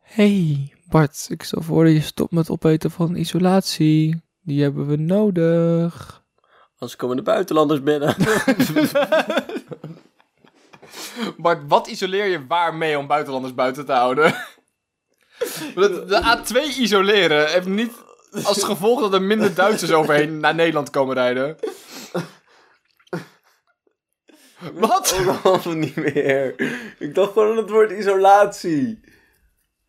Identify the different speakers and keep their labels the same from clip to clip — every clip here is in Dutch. Speaker 1: hey, Bart, ik stel voor dat je stopt met opeten van isolatie. Die hebben we nodig.
Speaker 2: Anders komen de buitenlanders binnen.
Speaker 3: Maar wat isoleer je waarmee om buitenlanders buiten te houden? Want De A2 isoleren heeft niet als gevolg dat er minder Duitsers overheen naar Nederland komen rijden. Wat?
Speaker 2: Waarom niet meer? Ik dacht gewoon aan het woord isolatie.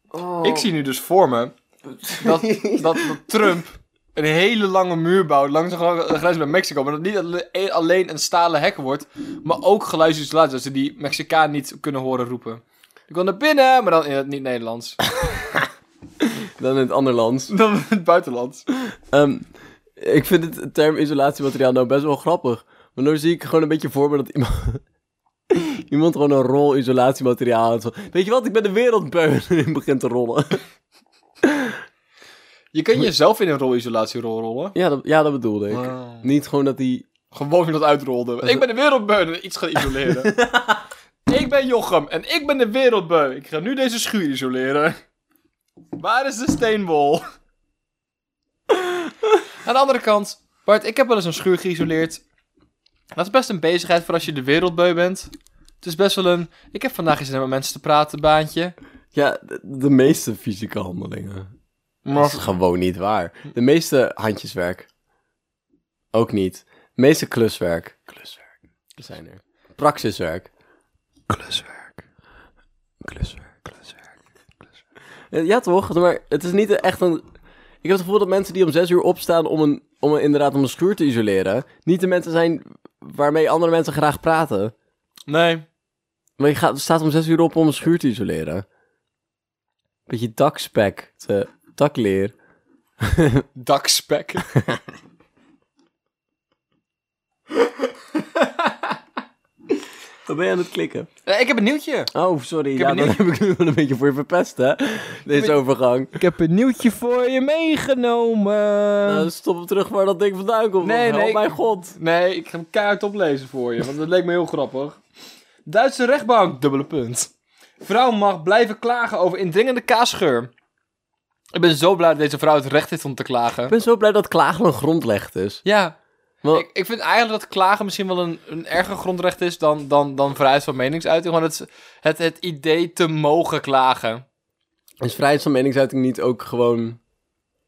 Speaker 2: Oh.
Speaker 3: Ik zie nu dus voor me dat, dat, dat Trump een hele lange muur bouwt langs de gr- de grens met Mexico. Maar dat niet alle- e- alleen een stalen hek wordt, maar ook geluidsisolatie. Dat ze die Mexicaan niet kunnen horen roepen. Ik wil naar binnen, maar dan in het niet-Nederlands.
Speaker 2: Dan in het ander land.
Speaker 3: Dan in het buitenland.
Speaker 2: Ehm, ik vind het term isolatiemateriaal nou best wel grappig. Want dan zie ik gewoon een beetje voor me dat iemand... iemand gewoon een rol isolatiemateriaal had. Weet je wat, ik ben de wereldbeu en begint te rollen.
Speaker 3: Je kan jezelf in een rolisolatierol rollen.
Speaker 2: ja, dat, ja, dat bedoelde ik.
Speaker 3: Wow.
Speaker 2: Niet gewoon dat die...
Speaker 3: Gewoon dat uitrolde. Ik ben de wereldbeu en iets gaan isoleren. ik ben Jochem en ik ben de wereldbeu. Ik ga nu deze schuur isoleren. Waar is de steenwol? Aan de andere kant, Bart, ik heb wel eens een schuur geïsoleerd. Dat is best een bezigheid voor als je de wereldbeu bent. Het is best wel een. Ik heb vandaag eens met mensen te praten, baantje.
Speaker 2: Ja, de, de meeste fysieke handelingen. Dat is
Speaker 3: Maar
Speaker 2: gewoon niet waar. De meeste handjeswerk. Ook niet. De meeste kluswerk. Kluswerk. Zijn er. Praxiswerk. Kluswerk. Kluswerk. Kluswerk. Ja toch, maar het is niet echt een... Ik heb het gevoel dat mensen die om zes uur opstaan om, een, om een, inderdaad om een schuur te isoleren... niet de mensen zijn waarmee andere mensen graag praten.
Speaker 3: nee.
Speaker 2: Maar je gaat, staat om zes uur op om een schuur te isoleren. Beetje dakspek. Te, dakleer.
Speaker 3: Dakspek.
Speaker 2: Dan ben je aan het klikken.
Speaker 3: Eh, ik heb een nieuwtje.
Speaker 2: Oh, sorry.
Speaker 3: heb
Speaker 2: ja,
Speaker 3: een
Speaker 2: dan
Speaker 3: nieuwtje.
Speaker 2: heb ik nu wel een beetje voor je verpest, hè? Deze overgang.
Speaker 1: Ik heb een nieuwtje voor je meegenomen.
Speaker 2: Eh, stop hem terug waar dat ding vandaan komt.
Speaker 3: Nee,
Speaker 2: oh
Speaker 3: nee.
Speaker 2: mijn god.
Speaker 3: Nee, ik ga hem kaart oplezen voor je, want dat leek me heel grappig. Duitse rechtbank, dubbele punt. Vrouw mag blijven klagen over indringende kaasgeur. Ik ben zo blij dat deze vrouw het recht heeft om te
Speaker 2: Ik
Speaker 3: klagen.
Speaker 2: ben zo blij dat klagen een grondrecht is.
Speaker 3: Ja,
Speaker 2: Want
Speaker 3: ik, ik vind eigenlijk dat klagen misschien wel een, een erger grondrecht is dan, dan, dan vrijheid van meningsuiting. Gewoon het, het, het idee te mogen klagen
Speaker 2: is vrijheid van meningsuiting niet ook gewoon...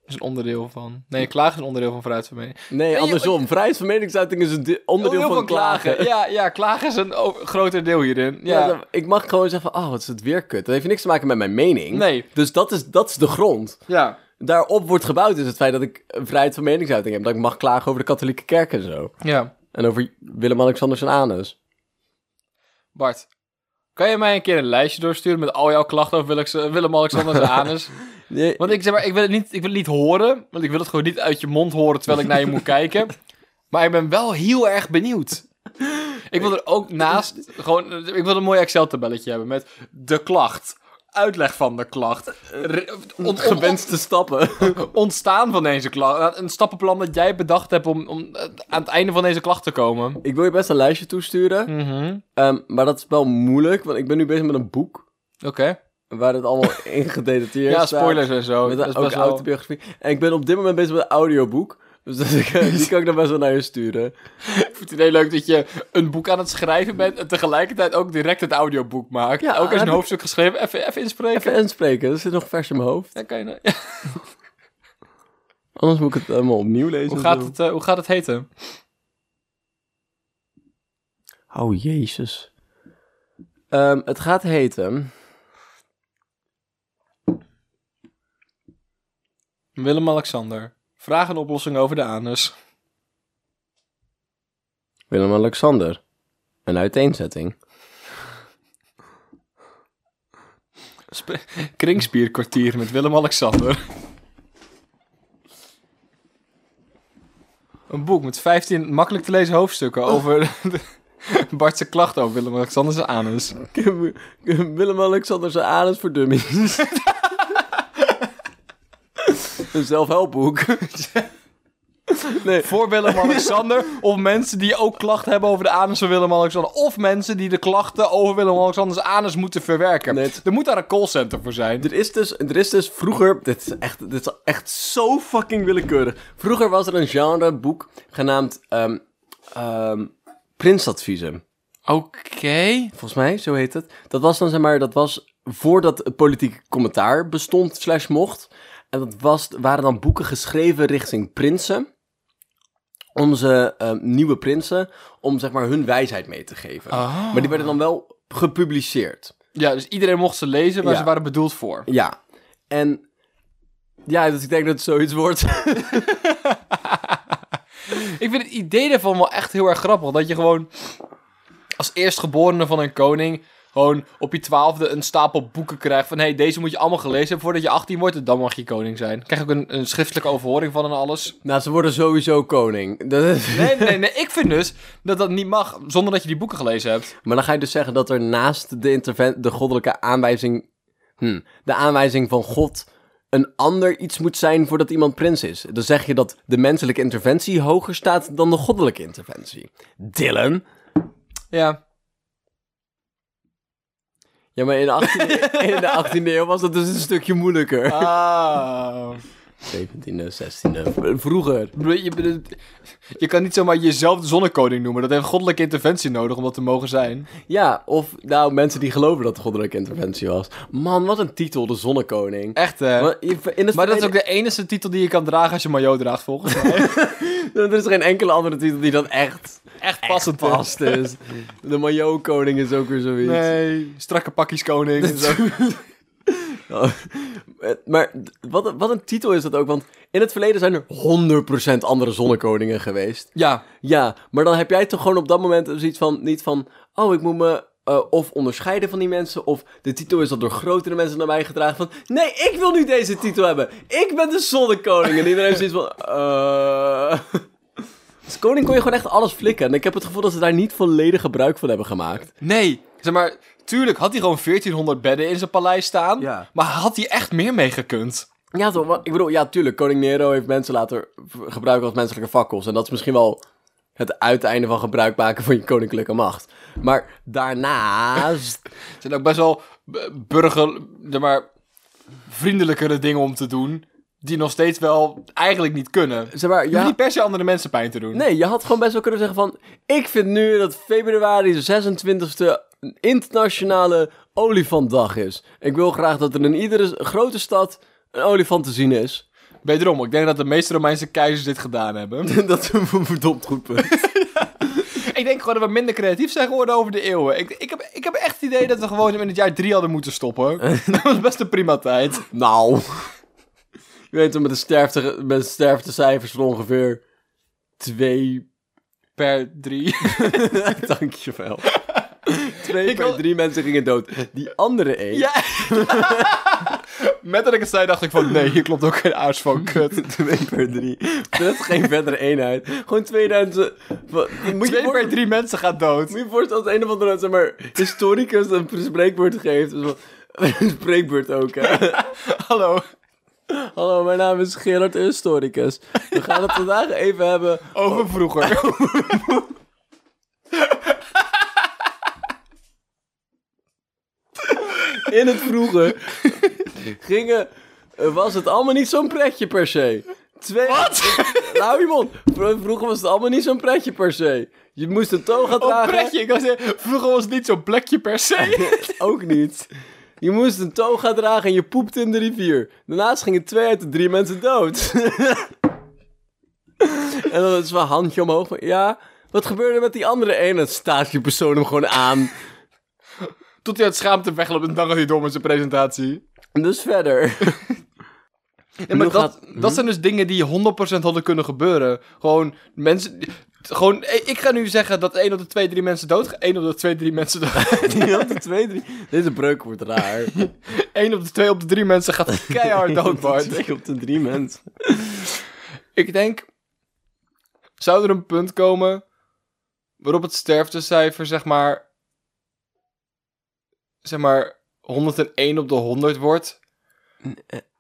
Speaker 3: is een onderdeel van. Nee, klagen is een onderdeel van vrijheid van mening.
Speaker 2: Nee,
Speaker 3: je-
Speaker 2: andersom. Vrijheid van meningsuiting is een de- onderdeel van, klagen.
Speaker 3: Ja, ja, klagen is een o- groter deel hierin.
Speaker 2: Ja,
Speaker 3: Ja.
Speaker 2: dan- ik mag gewoon zeggen, oh, wat is het weer kut. Dat heeft niks te maken met mijn mening.
Speaker 3: Nee.
Speaker 2: Dus dat is, dat is de grond.
Speaker 3: ja.
Speaker 2: Daarop wordt gebouwd is het feit dat ik eh, vrijheid van meningsuiting heb. Dat ik mag klagen over de katholieke kerk en zo.
Speaker 3: ja.
Speaker 2: En over Willem-Alexander zijn anus.
Speaker 3: Bart, kan je mij een keer een lijstje doorsturen met al jouw klachten over Willeks- Willem-Alexander zijn anus?
Speaker 2: Nee,
Speaker 3: Want ik zeg maar, ik wil, het niet, ik wil het niet horen, want ik wil het gewoon niet uit je mond horen terwijl ik naar je moet kijken. Maar ik ben wel heel erg benieuwd. Ik wil er ook naast, gewoon, eh, ik wil een mooi Excel-tabelletje hebben met de klacht, uitleg van de klacht,
Speaker 2: Eh,
Speaker 3: re- on- on-
Speaker 2: gewenste stappen.
Speaker 3: ontstaan van deze klacht, een stappenplan dat jij bedacht hebt om, om eh, aan het einde van deze klacht te komen.
Speaker 2: ik wil je best een lijstje toesturen,
Speaker 3: Mhm.
Speaker 2: ehm, maar dat is wel moeilijk, want ik ben nu bezig met een boek
Speaker 3: Oké.
Speaker 2: waar het allemaal ingedetailleerd
Speaker 3: Ja,
Speaker 2: staat.
Speaker 3: spoilers en zo.
Speaker 2: Met
Speaker 3: dat
Speaker 2: een,
Speaker 3: is
Speaker 2: ook
Speaker 3: best wel-
Speaker 2: autobiografie. En ik ben op dit moment bezig met een audioboek, dus dat ik, die kan ik dan best wel naar je sturen.
Speaker 3: Ik vind het heel leuk dat je een boek aan het schrijven bent en tegelijkertijd ook direct het audioboek maakt.
Speaker 2: Ja,
Speaker 3: ook eens
Speaker 2: heb
Speaker 3: een
Speaker 2: ik-
Speaker 3: hoofdstuk geschreven, even, even inspreken.
Speaker 2: Even inspreken, dat zit nog vers in mijn hoofd.
Speaker 3: Ja, kan je nou- ja.
Speaker 2: Anders moet ik het helemaal opnieuw lezen.
Speaker 3: hoe,
Speaker 2: en
Speaker 3: gaat
Speaker 2: zo.
Speaker 3: het, eh, hoe gaat het heten?
Speaker 2: Oh, jezus. Ehm, het gaat heten...
Speaker 3: Willem-Alexander. Vraag en oplossing over de anus.
Speaker 2: Willem-Alexander. Een uiteenzetting.
Speaker 3: Sp- Kringspierkwartier met Willem-Alexander. Een boek met 15 makkelijk te lezen hoofdstukken over de- Bartse klachten over Willem-Alexander's anus.
Speaker 2: Willem-Alexander zijn anus voor dummies. een zelfhelpboek. Nee.
Speaker 3: voor Willem-Alexander. Of mensen die ook klachten hebben over de anus van Willem-Alexander. Of mensen die de klachten over Willem-Alexanders anus moeten verwerken.
Speaker 2: Nee, het-
Speaker 3: Er moet daar een callcenter voor zijn.
Speaker 2: Er is, dus, er is dus vroeger, dit is, echt, dit is echt zo fucking willekeurig. Vroeger was er een genreboek genaamd ehm ehm, Prinsadviezen.
Speaker 3: Oké.
Speaker 2: Volgens mij, zo heet het. Dat was dan zeg maar, dat was voordat het politiek commentaar bestond, slash mocht. En dat was, waren dan boeken geschreven richting prinsen. Onze ehm, nieuwe prinsen, om zeg maar hun wijsheid mee te geven.
Speaker 3: Ah.
Speaker 2: Maar die werden dan wel gepubliceerd.
Speaker 3: Ja, dus iedereen mocht ze lezen, maar
Speaker 2: Ja.
Speaker 3: ze waren bedoeld voor.
Speaker 2: Ja. En ja, dus ik denk dat het zoiets wordt.
Speaker 3: Ik vind het idee daarvan wel echt heel erg grappig. Dat je gewoon als eerstgeborene van een koning... gewoon op je twaalfde een stapel boeken krijgt van... hé, hey, deze moet je allemaal gelezen hebben voordat je 18 wordt... en dan mag je koning zijn. Krijg je ook een, een schriftelijke overhoring van en alles.
Speaker 2: nou, ze worden sowieso koning. Dat is-
Speaker 3: Nee, nee, nee. Ik vind dus dat dat niet mag zonder dat je die boeken gelezen hebt.
Speaker 2: Maar dan ga je dus zeggen dat er naast de, interven- de goddelijke aanwijzing, hm, de aanwijzing van God, een ander iets moet zijn voordat iemand prins is. Dan zeg je dat de menselijke interventie hoger staat dan de goddelijke interventie. Dylan.
Speaker 3: Ja.
Speaker 2: Ja, maar in de 18e, in de 18e eeuw was dat dus een stukje moeilijker.
Speaker 3: Ah.
Speaker 2: 17e, 16e, v- vroeger.
Speaker 3: Ik bedoel, Je, bedoel, je kan niet zomaar jezelf de zonnekoning noemen. Dat heeft goddelijke interventie nodig om dat te mogen zijn.
Speaker 2: Ja, of nou, mensen die geloven dat het goddelijke interventie was. Man, wat een titel, de zonnekoning.
Speaker 3: Echt, hè?
Speaker 2: Want in- in het
Speaker 3: Eh, Maar dat is
Speaker 2: verleden-
Speaker 3: ook de enige titel die je kan dragen als je maillot draagt, volgens mij.
Speaker 2: Er is geen enkele andere titel die dat echt
Speaker 3: Echt
Speaker 2: passend past is. De maillot koning is ook weer zoiets.
Speaker 3: Nee, strakke pakjes koning. en zo.
Speaker 2: Oh, Maar wat, een- wat een titel is dat ook, want in het verleden zijn er 100% andere zonnekoningen geweest.
Speaker 3: Ja,
Speaker 2: Ja, maar dan heb jij toch gewoon op dat moment zoiets van, niet van, oh ik moet me eh, of onderscheiden van die mensen, of de titel is al door grotere mensen naar mij gedragen van, nee ik wil nu deze titel hebben, ik ben de zonnekoning. En iedereen heeft zoiets van, eh... Als koning kon je gewoon echt alles flikken. En ik heb het gevoel dat ze daar niet volledig gebruik van hebben gemaakt.
Speaker 3: nee. Zeg maar, tuurlijk had hij gewoon 1400 bedden in zijn paleis staan.
Speaker 2: Ja.
Speaker 3: Maar had hij echt meer mee gekund?
Speaker 2: Ja, toch, maar- ik bedoel, ja, tuurlijk. Koning Nero heeft mensen laten v- gebruiken als menselijke fakkels. En dat is misschien wel het uiteinde van gebruik maken van je koninklijke macht. Maar daarnaast.
Speaker 3: Er zijn ook best wel b- burger, zeg maar, vriendelijkere dingen om te doen. Die nog steeds wel eigenlijk niet kunnen.
Speaker 2: zeg maar,
Speaker 3: Je hoeft
Speaker 2: ja,
Speaker 3: niet per se andere mensen pijn te doen.
Speaker 2: nee, je had gewoon best wel kunnen zeggen van. Ik vind nu dat februari de 26e een internationale olifantdag is. Ik wil graag dat er in iedere grote stad een olifant te zien is.
Speaker 3: Wederom, ik denk dat de meeste Romeinse keizers dit gedaan hebben.
Speaker 2: dat is een verdomd goed punt.
Speaker 3: ik denk gewoon dat we minder creatief zijn geworden over de eeuwen. Ik, ik, heb, ik heb echt het idee dat we gewoon in het jaar drie hadden moeten stoppen. dat was best een prima tijd.
Speaker 2: Nou. Je weet wel, met de, sterfte, met de sterftecijfers van ongeveer twee...
Speaker 3: Per drie.
Speaker 2: Dankjewel. twee
Speaker 3: Ik
Speaker 2: per
Speaker 3: wil-
Speaker 2: drie mensen gingen dood. Die andere één...
Speaker 3: Ja. Met dat ik het zei, dacht ik van... Nee, hier klopt ook geen aars van, kut.
Speaker 2: Twee per drie. Dat is geen verdere eenheid. Gewoon 2000... Wat- Moet je,
Speaker 3: Twee
Speaker 2: voor,
Speaker 3: per drie mensen gaat dood.
Speaker 2: moet je voorstellen als een of andere zeg maar, historicus een spreekwoord geeft. Dus wat- een spreekwoord ook, hè.
Speaker 3: Hallo.
Speaker 2: Hallo, mijn naam is Gerard de Historicus. We gaan het vandaag even hebben
Speaker 3: Over vroeger.
Speaker 2: in het vroege gingen, eh, was het allemaal niet zo'n pretje per se. Twee,
Speaker 3: Wat?
Speaker 2: Nou, iemand, vroeger was het allemaal niet zo'n pretje per se. Je moest een toga
Speaker 3: Een
Speaker 2: dragen.
Speaker 3: pretje. Ik was, vroeger was het niet zo'n plekje per se.
Speaker 2: Ook niet. Je moest een toga dragen en je poepte in de rivier. Daarnaast gingen twee uit de drie mensen dood. en dan is wel een handje omhoog. van, Ja, wat gebeurde er met die andere één? Dan staat die persoon hem gewoon aan.
Speaker 3: Tot hij uit schaamte wegloopt en dan gaat hij door met zijn presentatie.
Speaker 2: En dus verder.
Speaker 3: Ja, maar
Speaker 2: Hoe
Speaker 3: dat,
Speaker 2: gaat-
Speaker 3: dat zijn dus dingen die 100% hadden kunnen gebeuren. Gewoon mensen... Gewoon, ik ga nu zeggen dat 1 op de 2, 3 mensen dood gaat. 1 op de 2, 3 mensen dood.
Speaker 2: Die had de twee, drie. Deze breuk wordt raar.
Speaker 3: 1 op de 2 op de 3 mensen gaat keihard dood, Bart.
Speaker 2: Ik op de drie mensen.
Speaker 3: Ik denk, zou er een punt komen waarop het sterftecijfer, zeg maar, zeg maar eh. 101 op de 100 wordt?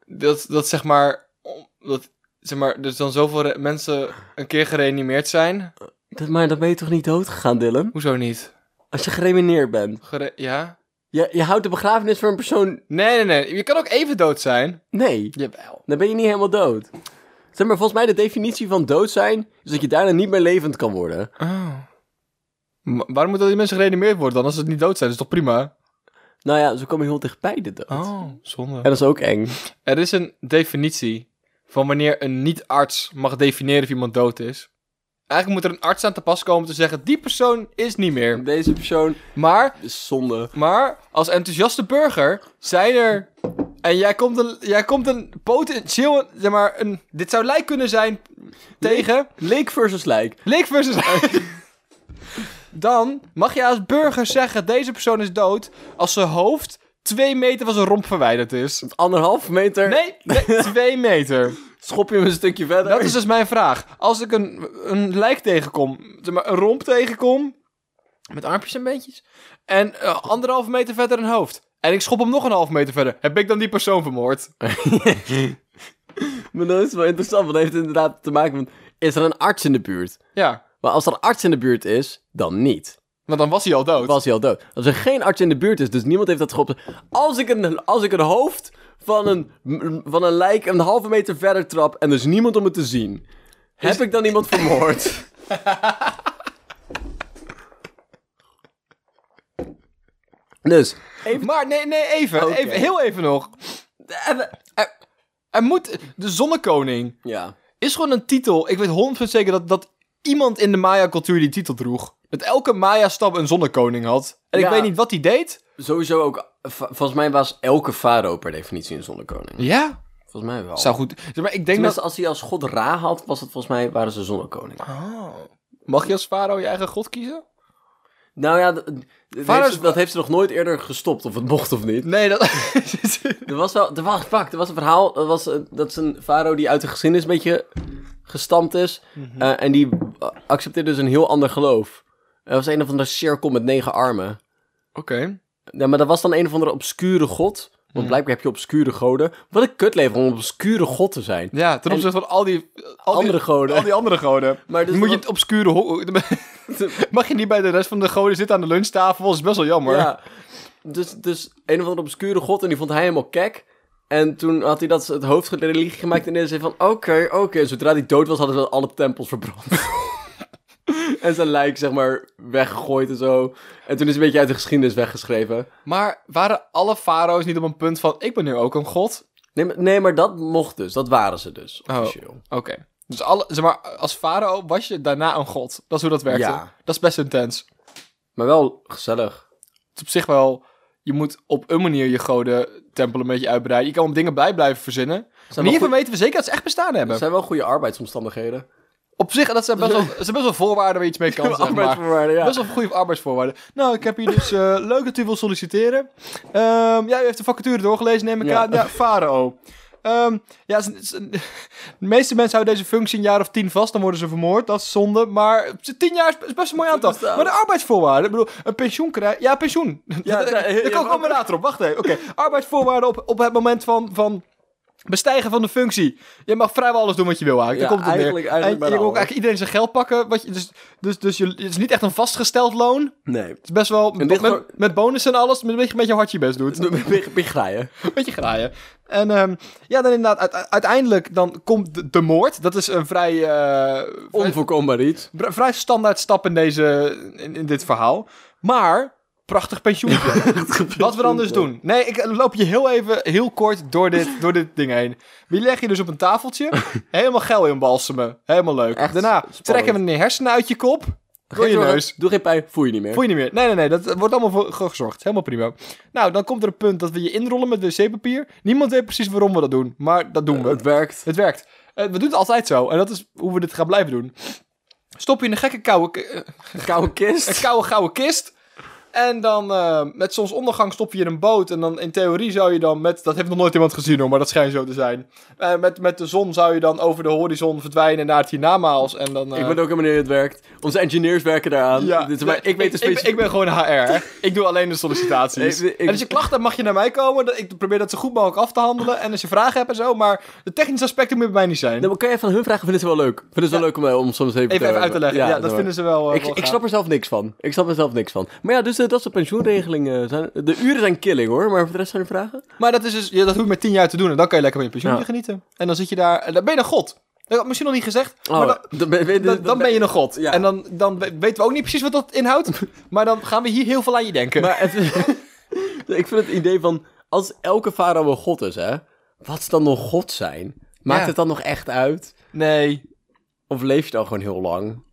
Speaker 3: Dat, dat zeg maar, om- dat zeg maar, dus dan zoveel re- mensen een keer gereanimeerd zijn?
Speaker 2: Dat, maar dan ben je toch niet dood gegaan, Dylan?
Speaker 3: Hoezo niet?
Speaker 2: Als je geremineerd bent.
Speaker 3: Gere- ja?
Speaker 2: Je, je houdt de begrafenis voor een persoon...
Speaker 3: Nee, nee, nee. Je kan ook even dood zijn.
Speaker 2: Nee,
Speaker 3: Jawel.
Speaker 2: dan ben je niet helemaal dood. Zeg maar, volgens mij de definitie van dood zijn... is dat je daarna niet meer levend kan worden.
Speaker 3: Oh. Maar waarom moeten die mensen gereanimeerd worden dan als ze niet dood zijn? Dat is toch prima?
Speaker 2: Nou ja, zo kom je heel dichtbij de dood.
Speaker 3: Oh, zonde.
Speaker 2: En dat is ook eng.
Speaker 3: Er is een definitie van wanneer een niet-arts mag definiëren of iemand dood is. Eigenlijk moet er een arts aan te pas komen om te zeggen, die persoon is niet meer.
Speaker 2: Deze persoon
Speaker 3: Maar,
Speaker 2: is zonde.
Speaker 3: maar als enthousiaste burger zijn er... En jij komt een, jij komt een potentieel, zeg maar, een, dit zou lijk kunnen zijn tegen
Speaker 2: Link versus lijk.
Speaker 3: leek versus lijk. Dan mag je als burger zeggen, deze persoon is dood, als zijn hoofd twee meter van zijn romp verwijderd is.
Speaker 2: Anderhalf meter.
Speaker 3: Nee, nee twee meter.
Speaker 2: Schop je hem een stukje verder.
Speaker 3: Dat is dus mijn vraag. Als ik een, een lijk tegenkom, zeg maar, een romp tegenkom, met armpjes en beentjes, en eh, anderhalf meter verder een hoofd, en ik schop hem nog een half meter verder, heb ik dan die persoon vermoord?
Speaker 2: Maar dat is wel interessant, want dat heeft inderdaad te maken met... Is er een arts in de buurt?
Speaker 3: Ja,
Speaker 2: Maar als er een arts in de buurt is, dan niet.
Speaker 3: want dan was hij al dood.
Speaker 2: Was hij al dood. Als er geen arts in de buurt is, dus niemand heeft dat gehopt. Als ik een, als ik een hoofd van een, m- van een lijk een halve meter verder trap en er is niemand om het te zien... Heb ik dan iemand vermoord? dus,
Speaker 3: Maar nee, nee, even,
Speaker 2: Oké.
Speaker 3: even, heel even nog.
Speaker 2: even-
Speaker 3: Er, er moet, de zonnekoning
Speaker 2: ja.
Speaker 3: is gewoon een titel, ik weet 100% zeker dat, dat iemand in de Maya-cultuur die titel droeg. Dat elke Maya-stam een zonnekoning had. En ik
Speaker 2: Ja.
Speaker 3: weet niet wat hij deed.
Speaker 2: Sowieso ook, v- volgens mij was elke farao per definitie een zonnekoning.
Speaker 3: Ja,
Speaker 2: Volgens mij wel.
Speaker 3: zou goed. Zeg maar ik denk dat
Speaker 2: Tenminste, als hij als god Ra had, was het volgens mij, waren ze zonnekoning.
Speaker 3: Oh. Mag je als farao je eigen god kiezen?
Speaker 2: Nou ja, d- d-
Speaker 3: Farao
Speaker 2: heeft
Speaker 3: is-
Speaker 2: ze- dat heeft ze nog nooit eerder gestopt, of het mocht of niet.
Speaker 3: Nee, dat...
Speaker 2: Er was wel, er was, fuck, er was een verhaal, er was, eh, dat is een farao die uit de geschiedenis een beetje gestampt is.
Speaker 3: Mhm.
Speaker 2: eh, en die eh, accepteerde dus een heel ander geloof. Er was een of andere cirkel met negen armen.
Speaker 3: Oké.
Speaker 2: Ja, maar dat was dan een of andere obscure god. Want
Speaker 3: Mhm.
Speaker 2: blijkbaar heb je obscure goden. Wat een kutleven om een obscure god te zijn.
Speaker 3: Ja, ten opzichte van al die... Al
Speaker 2: Andere
Speaker 3: die,
Speaker 2: goden.
Speaker 3: Al die andere goden.
Speaker 2: Maar dus
Speaker 3: Dan moet je
Speaker 2: wat-
Speaker 3: het obscure... ho- Mag je niet bij de rest van de goden zitten aan de lunchtafel? Dat is best wel jammer.
Speaker 2: Ja. Dus, dus een of andere obscure god en die vond hij helemaal kek. En toen had hij dat het hoofd van de religie gemaakt en hij zei van oké, oké. Zodra hij dood was hadden ze alle tempels verbrand. en zijn lijk zeg maar weggegooid en zo. En toen is hij een beetje uit de geschiedenis weggeschreven.
Speaker 3: Maar waren alle farao's niet op een punt van... Ik ben nu ook een god?
Speaker 2: Nee, maar- nee, maar dat mocht dus. Dat waren ze dus
Speaker 3: Oh.
Speaker 2: officieel.
Speaker 3: Oké. Dus alle, zeg maar, als farao was je daarna een god. Dat is hoe dat werkte.
Speaker 2: Ja.
Speaker 3: Dat is best intens. Het
Speaker 2: Maar wel gezellig.
Speaker 3: is op zich wel... Je moet op een manier je goden tempel een beetje uitbreiden. Je kan om dingen bij blijven verzinnen.
Speaker 2: Zijn
Speaker 3: Maar
Speaker 2: wel,
Speaker 3: hiervan
Speaker 2: goeie-
Speaker 3: weten we zeker dat ze echt bestaan hebben.
Speaker 2: zijn wel goede arbeidsomstandigheden.
Speaker 3: Op zich, dat zijn best wel, dat zijn best wel voorwaarden waar je iets mee kan, zeg maar.
Speaker 2: Arbeidsvoorwaarden, ja.
Speaker 3: Best wel goede arbeidsvoorwaarden. Nou, ik heb hier dus... eh, leuk dat u wil solliciteren. Ehm, ja, u heeft de vacature doorgelezen, neem ik
Speaker 2: Ja.
Speaker 3: aan. Ja, farao. Ehm, ja, ze- ze- de meeste mensen houden deze functie een jaar of tien vast, dan worden ze vermoord. Dat is zonde, maar tien jaar is- is best een mooi aantal.
Speaker 2: bestaat.
Speaker 3: Maar de arbeidsvoorwaarden, ik bedoel, een pensioen krijgen... Ja, pensioen.
Speaker 2: Ja,
Speaker 3: dat,
Speaker 2: ja, ja,
Speaker 3: dat
Speaker 2: ja,
Speaker 3: komen we later op, wacht even. Oké, arbeidsvoorwaarden op, op het moment van, van bestijgen van de functie. Je mag vrijwel alles doen wat je wil eigenlijk.
Speaker 2: Ja,
Speaker 3: Daar komt het
Speaker 2: eigenlijk-
Speaker 3: neer.
Speaker 2: eigenlijk
Speaker 3: en je
Speaker 2: bijna
Speaker 3: kan ook
Speaker 2: alles.
Speaker 3: eigenlijk iedereen zijn geld pakken. Wat je, dus dus, dus je, het is niet echt een vastgesteld loon. Het
Speaker 2: Nee.
Speaker 3: is best wel
Speaker 2: En
Speaker 3: met,
Speaker 2: dit gewoon-
Speaker 3: met bonus en alles, met een beetje, met je hart je best doet.
Speaker 2: Big, big Dus- graaien.
Speaker 3: Een beetje graaien. En ehm, ja, dan inderdaad, uite- uiteindelijk dan komt de, de moord. Dat is een vrij, eh, vrij,
Speaker 2: Onvoorkombaar iets.
Speaker 3: br- vrij standaard stap in, deze, in, in dit verhaal. Maar, prachtig pensioentje. Wat we dan dus doen. Nee, ik loop je heel even, heel kort door dit, door dit ding heen. Die leg je dus op een tafeltje. Helemaal geil in balsemen. Helemaal leuk.
Speaker 2: Echt
Speaker 3: Daarna
Speaker 2: spannend.
Speaker 3: trekken we een hersenen uit je kop. Door
Speaker 2: Geen
Speaker 3: je
Speaker 2: zorgen,
Speaker 3: neus.
Speaker 2: Doe geen pijn, voel je niet meer.
Speaker 3: Voel je niet meer. Nee, nee, nee. Dat wordt allemaal voor voor gezorgd. Helemaal prima. Nou, dan komt er een punt dat we je inrollen met wc-papier. Niemand weet precies waarom we dat doen. Maar dat doen we.
Speaker 2: Het werkt.
Speaker 3: Het werkt. Eh, we doen het altijd zo. En dat is hoe we dit gaan blijven doen. Stop je in een gekke koude, k- eh,
Speaker 2: Koude kist.
Speaker 3: een koude gouden kist. En dan eh, met zonsondergang stop je in een boot. En dan in theorie zou je dan met... Dat heeft nog nooit iemand gezien hoor, maar dat schijnt zo te zijn. Eh, met, met de zon zou je dan over de horizon verdwijnen naar het hiernamaals. En dan... eh,
Speaker 2: Ik weet ook helemaal niet hoe het werkt. Onze engineers werken daaraan.
Speaker 3: ja,
Speaker 2: Dit is- maar ik weet de
Speaker 3: ik,
Speaker 2: specifieke...
Speaker 3: ik ben gewoon HR. hè. Ik doe alleen de sollicitaties.
Speaker 2: Ik- ik-
Speaker 3: en als je klachten mag je naar mij komen. Dat- Ik probeer dat zo goed mogelijk af te handelen. En als je vragen hebt en zo. Maar de technische aspecten moet bij mij niet zijn.
Speaker 2: Nou, maar kan je van hun vragen? Vinden ze wel leuk? Vinden ze wel leuk om, eh, om soms even,
Speaker 3: Even, even uit te leggen. Ja, dat
Speaker 2: zeg maar.
Speaker 3: vinden ze wel. eh, wel
Speaker 2: Ik, ik
Speaker 3: gaaf.
Speaker 2: snap er zelf niks van. Ik snap er zelf niks van. Maar ja, dus eh, dat is de pensioenregeling. eh, zijn, de uren zijn killing hoor, maar voor de rest zijn er vragen.
Speaker 3: Maar dat, is dus, ja, dat hoef je met tien jaar te doen. En dan kan je lekker van je pensioentje
Speaker 2: Ja.
Speaker 3: genieten. En dan zit je daar. En dan ben je een god. Dat had ik misschien nog niet gezegd.
Speaker 2: Oh,
Speaker 3: maar dan,
Speaker 2: dan, ben- ben-
Speaker 3: Dus dan, dan ben je een god.
Speaker 2: Ja.
Speaker 3: En dan, dan we- weten we ook niet precies wat dat inhoudt. maar dan gaan we hier heel veel aan je denken.
Speaker 2: Maar het, ik vind het idee van, als elke farao een god is, hè, wat is dan nog god zijn? Maakt
Speaker 3: Ja.
Speaker 2: het dan nog echt uit?
Speaker 3: nee.
Speaker 2: Of leef je dan gewoon heel lang?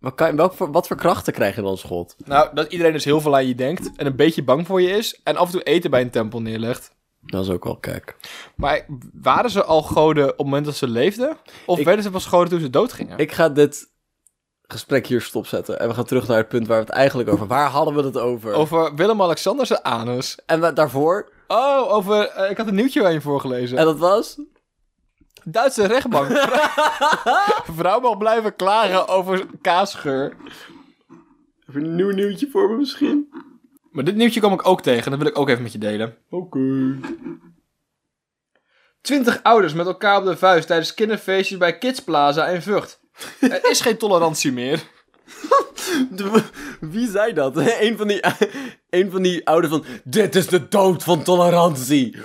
Speaker 2: Wat, kan, welk, voor- wat voor krachten krijg je dan als god?
Speaker 3: Nou, dat iedereen dus heel veel aan je denkt. En een beetje bang voor je is. En af en toe eten bij een tempel neerlegt.
Speaker 2: Dat is ook wel kijk.
Speaker 3: Maar waren ze al goden op het moment dat ze leefden? Of
Speaker 2: Ik-
Speaker 3: werden ze pas goden toen ze doodgingen?
Speaker 2: Ik ga dit gesprek hier stopzetten. En we gaan terug naar het punt waar we het eigenlijk over... Waar hadden we het over?
Speaker 3: Over Willem-Alexander zijn anus.
Speaker 2: En we- daarvoor?
Speaker 3: Oh, over... eh, ik had een nieuwtje aan je voorgelezen.
Speaker 2: En dat was?
Speaker 3: Duitse rechtbank. Vrouw mag blijven klagen over kaasgeur.
Speaker 2: Heb je een nieuw nieuwtje voor me misschien?
Speaker 3: Maar dit nieuwtje kwam ik ook tegen. en Dat wil ik ook even met je delen.
Speaker 2: Oké.
Speaker 3: Twintig ouders met elkaar op de vuist tijdens kinderfeestjes bij Kids Plaza in Vught. Er is geen tolerantie meer.
Speaker 2: De- Wie zei dat? Een van die, een van die ouders van... Dit is de dood van tolerantie.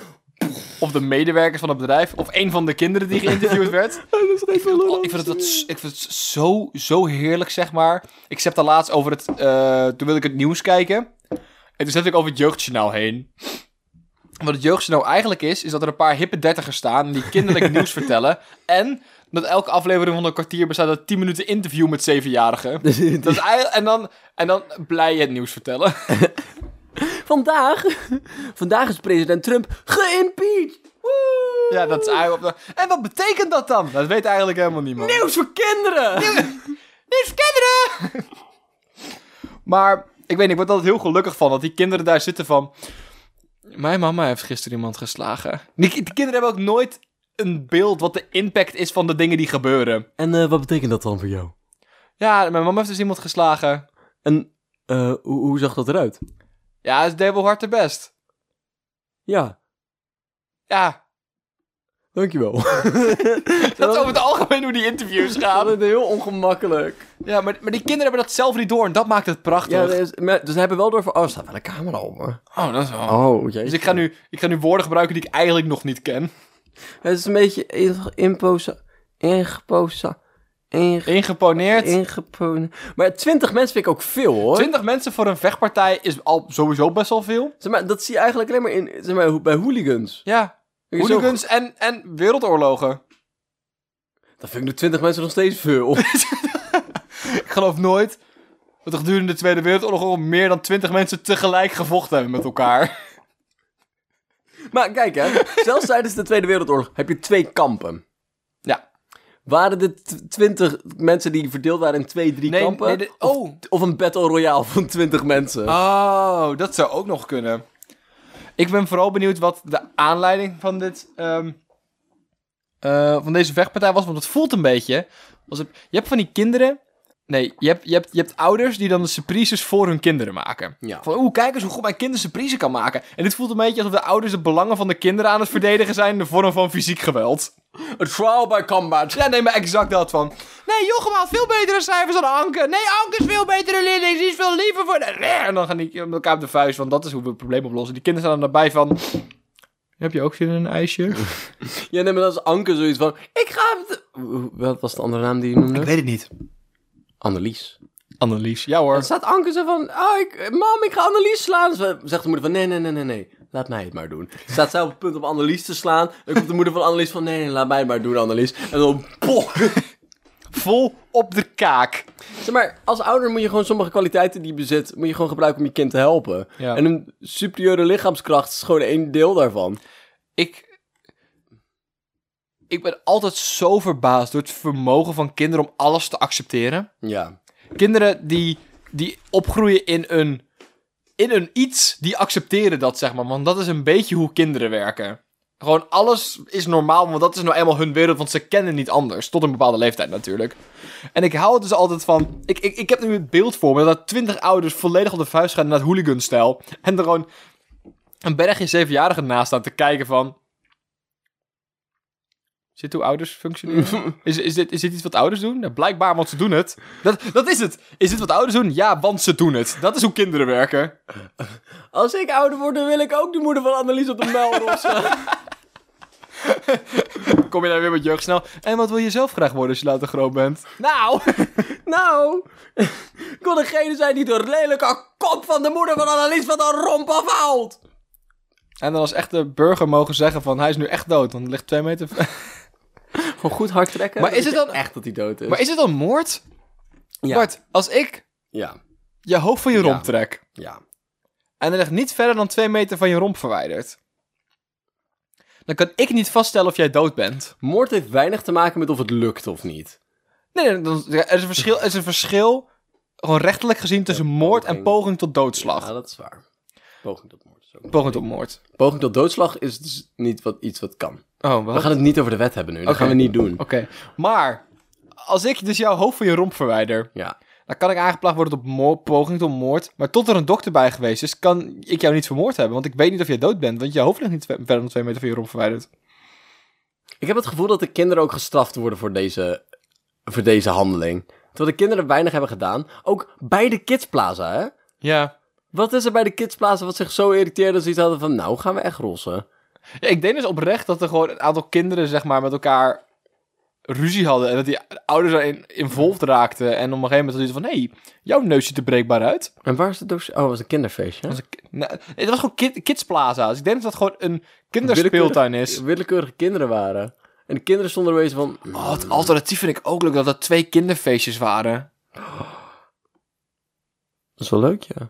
Speaker 3: Of de medewerkers van het bedrijf. Of een van de kinderen die geïnterviewd werd. Oh, ik vind het, dat, ik vind het zo, zo heerlijk, zeg maar. Ik zette laatst over het... eh, toen wilde ik het nieuws kijken. En toen zette ik over het jeugdjournaal heen. Wat het jeugdjournaal eigenlijk is, is dat er een paar hippe dertigers staan... die kinderlijk nieuws vertellen. En dat elke aflevering van een kwartier bestaat uit 10 minuten interview met zevenjarigen. Dat is eigenlijk- en, dan, en dan blij het nieuws vertellen.
Speaker 2: Vandaag, vandaag is president Trump geïmpeached. Woe!
Speaker 3: Ja, dat is eigenlijk... En wat betekent dat dan? Dat weet eigenlijk helemaal niemand.
Speaker 2: Nieuws voor kinderen.
Speaker 3: Dit is kinderen! maar ik weet niet, ik word altijd heel gelukkig van dat die kinderen daar zitten van. Mijn mama heeft gisteren iemand geslagen. Die, die kinderen hebben ook nooit een beeld wat de impact is van de dingen die gebeuren.
Speaker 2: En eh, wat betekent dat dan voor jou?
Speaker 3: Ja, mijn mama heeft dus iemand geslagen.
Speaker 2: En eh, hoe, hoe zag dat eruit?
Speaker 3: Ja, ze deed wel hard haar best.
Speaker 2: Ja,
Speaker 3: Ja,
Speaker 2: dankjewel.
Speaker 3: dat is over het algemeen hoe die interviews
Speaker 2: Ja,
Speaker 3: gaan.
Speaker 2: dat is heel ongemakkelijk.
Speaker 3: Ja, maar, maar die kinderen hebben dat zelf niet door en dat maakt het prachtig.
Speaker 2: Ja, dat is- maar- dus ze hebben wel door van... Oh, er staat wel een camera op, hoor.
Speaker 3: Oh, dat is wel...
Speaker 2: Oh, jee.
Speaker 3: Dus ik ga, nu, ik ga nu woorden gebruiken die ik eigenlijk nog niet ken.
Speaker 2: Het is een beetje in- imposa... Ingeposa... Inge...
Speaker 3: Ingeponeerd.
Speaker 2: Ingeponen. Maar 20 mensen vind ik ook veel, hoor.
Speaker 3: 20 mensen voor een vechtpartij is al sowieso best wel veel.
Speaker 2: Zeg maar, dat zie je eigenlijk alleen maar in, zeg maar, ho- bij hooligans.
Speaker 3: Ja.
Speaker 2: Vind ik zo-
Speaker 3: Hooligans en, en wereldoorlogen.
Speaker 2: Dat vind ik nu 20 mensen nog steeds veel.
Speaker 3: Ik geloof nooit dat er gedurende de Tweede Wereldoorlog al meer dan 20 mensen tegelijk gevochten hebben met elkaar.
Speaker 2: maar kijk, hè. Zelfs tijdens de Tweede Wereldoorlog heb je twee kampen.
Speaker 3: Ja.
Speaker 2: Waren dit 20 mensen die verdeeld waren in twee, drie
Speaker 3: Nee,
Speaker 2: kampen?
Speaker 3: nee, de- oh.
Speaker 2: Of, of een battle royale van 20 mensen?
Speaker 3: Oh, dat zou ook nog kunnen. Ik ben vooral benieuwd wat de aanleiding van dit. ehm, eh, van deze vechtpartij was, want het voelt een beetje. Als het- je hebt van die kinderen. Nee, je hebt, je, hebt, je hebt ouders die dan de surprises voor hun kinderen maken.
Speaker 2: Ja.
Speaker 3: Van, oeh, kijk eens hoe goed mijn kind een surprise kan maken. En dit voelt een beetje alsof de ouders de belangen van de kinderen aan het verdedigen zijn in de vorm van fysiek geweld.
Speaker 2: A trial by combat.
Speaker 3: Ja, nee, maar exact dat van. Nee, Jochem had veel betere cijfers dan Anke. Nee, Anke is veel betere leerling. Die is veel liever voor de... En dan gaan die met elkaar op de vuist, want dat is hoe we het probleem oplossen. Die kinderen staan er daarbij van... Heb je ook zin in een ijsje?
Speaker 2: Ja, nee, maar dat is Anke zoiets van... Ik ga... het- Hoe- Wat was de andere naam die je noemde?
Speaker 3: weet het niet.
Speaker 2: Annelies.
Speaker 3: Annelies, ja hoor.
Speaker 2: Dan staat Anke zo van... Oh, ik, mam, ik ga Annelies slaan. Ze- Zegt de moeder van... Nee, nee, nee, nee, nee. Laat mij het maar doen. Staat zij op het punt om Annelies te slaan. Dan komt de moeder van Annelies van... Nee, nee, laat mij het maar doen, Annelies. En dan... Poch.
Speaker 3: Vol op de kaak.
Speaker 2: Zeg maar, als ouder moet je gewoon sommige kwaliteiten die je bezit... moet je gewoon gebruiken om je kind te helpen.
Speaker 3: Ja.
Speaker 2: En een superieure lichaamskracht is gewoon één deel daarvan.
Speaker 3: Ik... Ik ben altijd zo verbaasd door het vermogen van kinderen om alles te accepteren.
Speaker 2: Ja.
Speaker 3: Kinderen die, die opgroeien in een in een iets, die accepteren dat, zeg maar. Want dat is een beetje hoe kinderen werken. Gewoon alles is normaal, want dat is nou eenmaal hun wereld, want ze kennen niet anders. Tot een bepaalde leeftijd natuurlijk. En ik hou het dus altijd van... Ik, ik, ik heb nu het beeld voor me dat twintig ouders volledig op de vuist gaan naar het hooligan-stijl. En er gewoon een bergje zevenjarigen naast staan te kijken van... Is dit hoe ouders functioneren? Is, is, dit, is dit iets wat ouders doen? Ja, blijkbaar, want ze doen het. Dat, dat is het. Is dit wat ouders doen? Ja, want ze doen het. Dat is hoe kinderen werken.
Speaker 2: Als ik ouder word, dan wil ik ook de moeder van Annelies op de melros.
Speaker 3: Kom je daar weer met jeugd snel. En wat wil je zelf graag worden als je later groot bent? Nou,
Speaker 2: nou, ik wil degene zijn die de lelijke kop van de moeder van Annelies van de romp afhaalt.
Speaker 3: En dan als echte burger mogen zeggen van hij is nu echt dood, want hij ligt twee meter... ver-
Speaker 2: Gewoon goed hard trekken.
Speaker 3: Maar is het dan-
Speaker 2: echt dat hij dood is?
Speaker 3: Maar is het dan moord?
Speaker 2: Ja.
Speaker 3: Bart, als ik
Speaker 2: Ja,
Speaker 3: je hoofd van je
Speaker 2: Ja.
Speaker 3: romp trek...
Speaker 2: ja.
Speaker 3: en hij ligt niet verder dan twee meter van je romp verwijderd... dan kan ik niet vaststellen of jij dood bent.
Speaker 2: Moord heeft weinig te maken met of het lukt of niet.
Speaker 3: Nee, nee, dan- er, is een verschil, er is een verschil, gewoon rechtelijk gezien, tussen moord en
Speaker 2: poging.
Speaker 3: poging tot doodslag.
Speaker 2: Ja, dat is waar. Poging tot moord. Is ook...
Speaker 3: Poging tot moord.
Speaker 2: Poging tot doodslag is dus niet wat, iets wat kan.
Speaker 3: Oh,
Speaker 2: We
Speaker 3: wat?
Speaker 2: gaan het niet over de wet hebben nu. Dat
Speaker 3: Oké.
Speaker 2: gaan we niet doen.
Speaker 3: Oké. Maar, als ik dus jouw hoofd van je romp verwijder,
Speaker 2: Ja.
Speaker 3: dan kan ik aangeplaagd worden op mo- poging tot moord. Maar tot er een dokter bij geweest is, kan ik jou niet vermoord hebben. Want ik weet niet of jij dood bent, want jouw hoofd ligt niet ver- verder dan twee meter van je romp verwijderd.
Speaker 2: Ik heb het gevoel dat de kinderen ook gestraft worden voor deze, voor deze handeling. Terwijl de kinderen weinig hebben gedaan. Ook bij de Kids Plaza, hè?
Speaker 3: Ja.
Speaker 2: Wat is er bij de Kids Plaza wat zich zo irriteerde dat ze iets hadden van... Nou, gaan we echt rossen.
Speaker 3: Ja, ik denk dus oprecht dat er gewoon een aantal kinderen, zeg maar, met elkaar ruzie hadden. En dat die ouders daarin involved raakten. En op een gegeven moment hadden ze van, hé, hey, jouw neus ziet er breekbaar uit.
Speaker 2: En waar is de docent? Oh, het was een kinderfeestje.
Speaker 3: Dat was een ki- nou, het was gewoon kid, Kids Plaza. Dus ik denk dat dat gewoon een kinderspeeltuin is.
Speaker 2: Willekeurige kinderen waren. En de kinderen stonden er wezen van...
Speaker 3: Oh, het alternatief vind ik ook leuk dat dat twee kinderfeestjes waren.
Speaker 2: Dat is wel leuk, ja.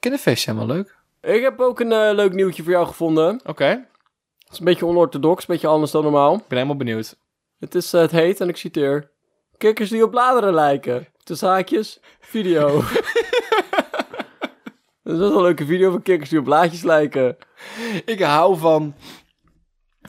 Speaker 3: Kinderfeestjes zijn wel leuk.
Speaker 2: Ik heb ook een eh, leuk nieuwtje voor jou gevonden.
Speaker 3: Oké,
Speaker 2: Het is een beetje onorthodox, een beetje anders dan normaal.
Speaker 3: ik ben helemaal benieuwd.
Speaker 2: Het, is, eh, het heet, en ik citeer... Kikkers die op bladeren lijken. Tussen haakjes, video. dat is wel een leuke video van kikkers die op blaadjes lijken.
Speaker 3: Ik hou van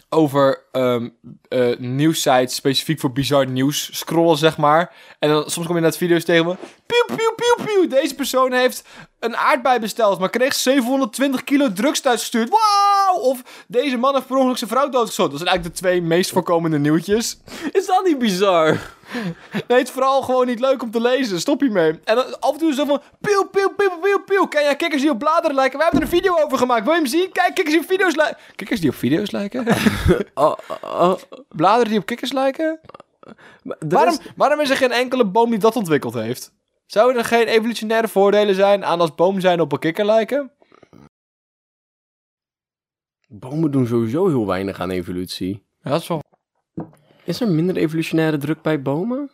Speaker 3: over ehm eh, nieuwsites specifiek voor bizar nieuws scrollen, zeg maar. En dan soms kom je net video's tegen me. Piu, piu, piu, piu. Deze persoon heeft een aardbei besteld, maar kreeg 720 kilo drugs thuisgestuurd. Wauw! Of deze man heeft per ongeluk zijn vrouw doodgeschoten. Dat zijn eigenlijk de twee meest voorkomende nieuwtjes.
Speaker 2: Is dat niet bizar?
Speaker 3: Nee, het is vooral gewoon niet leuk om te lezen. Stop hiermee. En dan af en toe zo van... Pieuw, pieuw, pieuw, pieuw, pieuw. Ken jij kikkers die op bladeren lijken? We hebben er een video over gemaakt. Wil je hem zien? Kijk, kikkers die op video's lijken. Kikkers die op video's lijken?
Speaker 2: Oh, oh, oh.
Speaker 3: bladeren die op kikkers lijken?
Speaker 2: Maar er
Speaker 3: Waarom,
Speaker 2: is-
Speaker 3: waarom is er geen enkele boom die dat ontwikkeld heeft? Zouden er geen evolutionaire voordelen zijn aan als boom zijn op een kikker lijken?
Speaker 2: Bomen doen sowieso heel weinig aan evolutie.
Speaker 3: Ja, dat is wel...
Speaker 2: Is er minder evolutionaire druk bij bomen?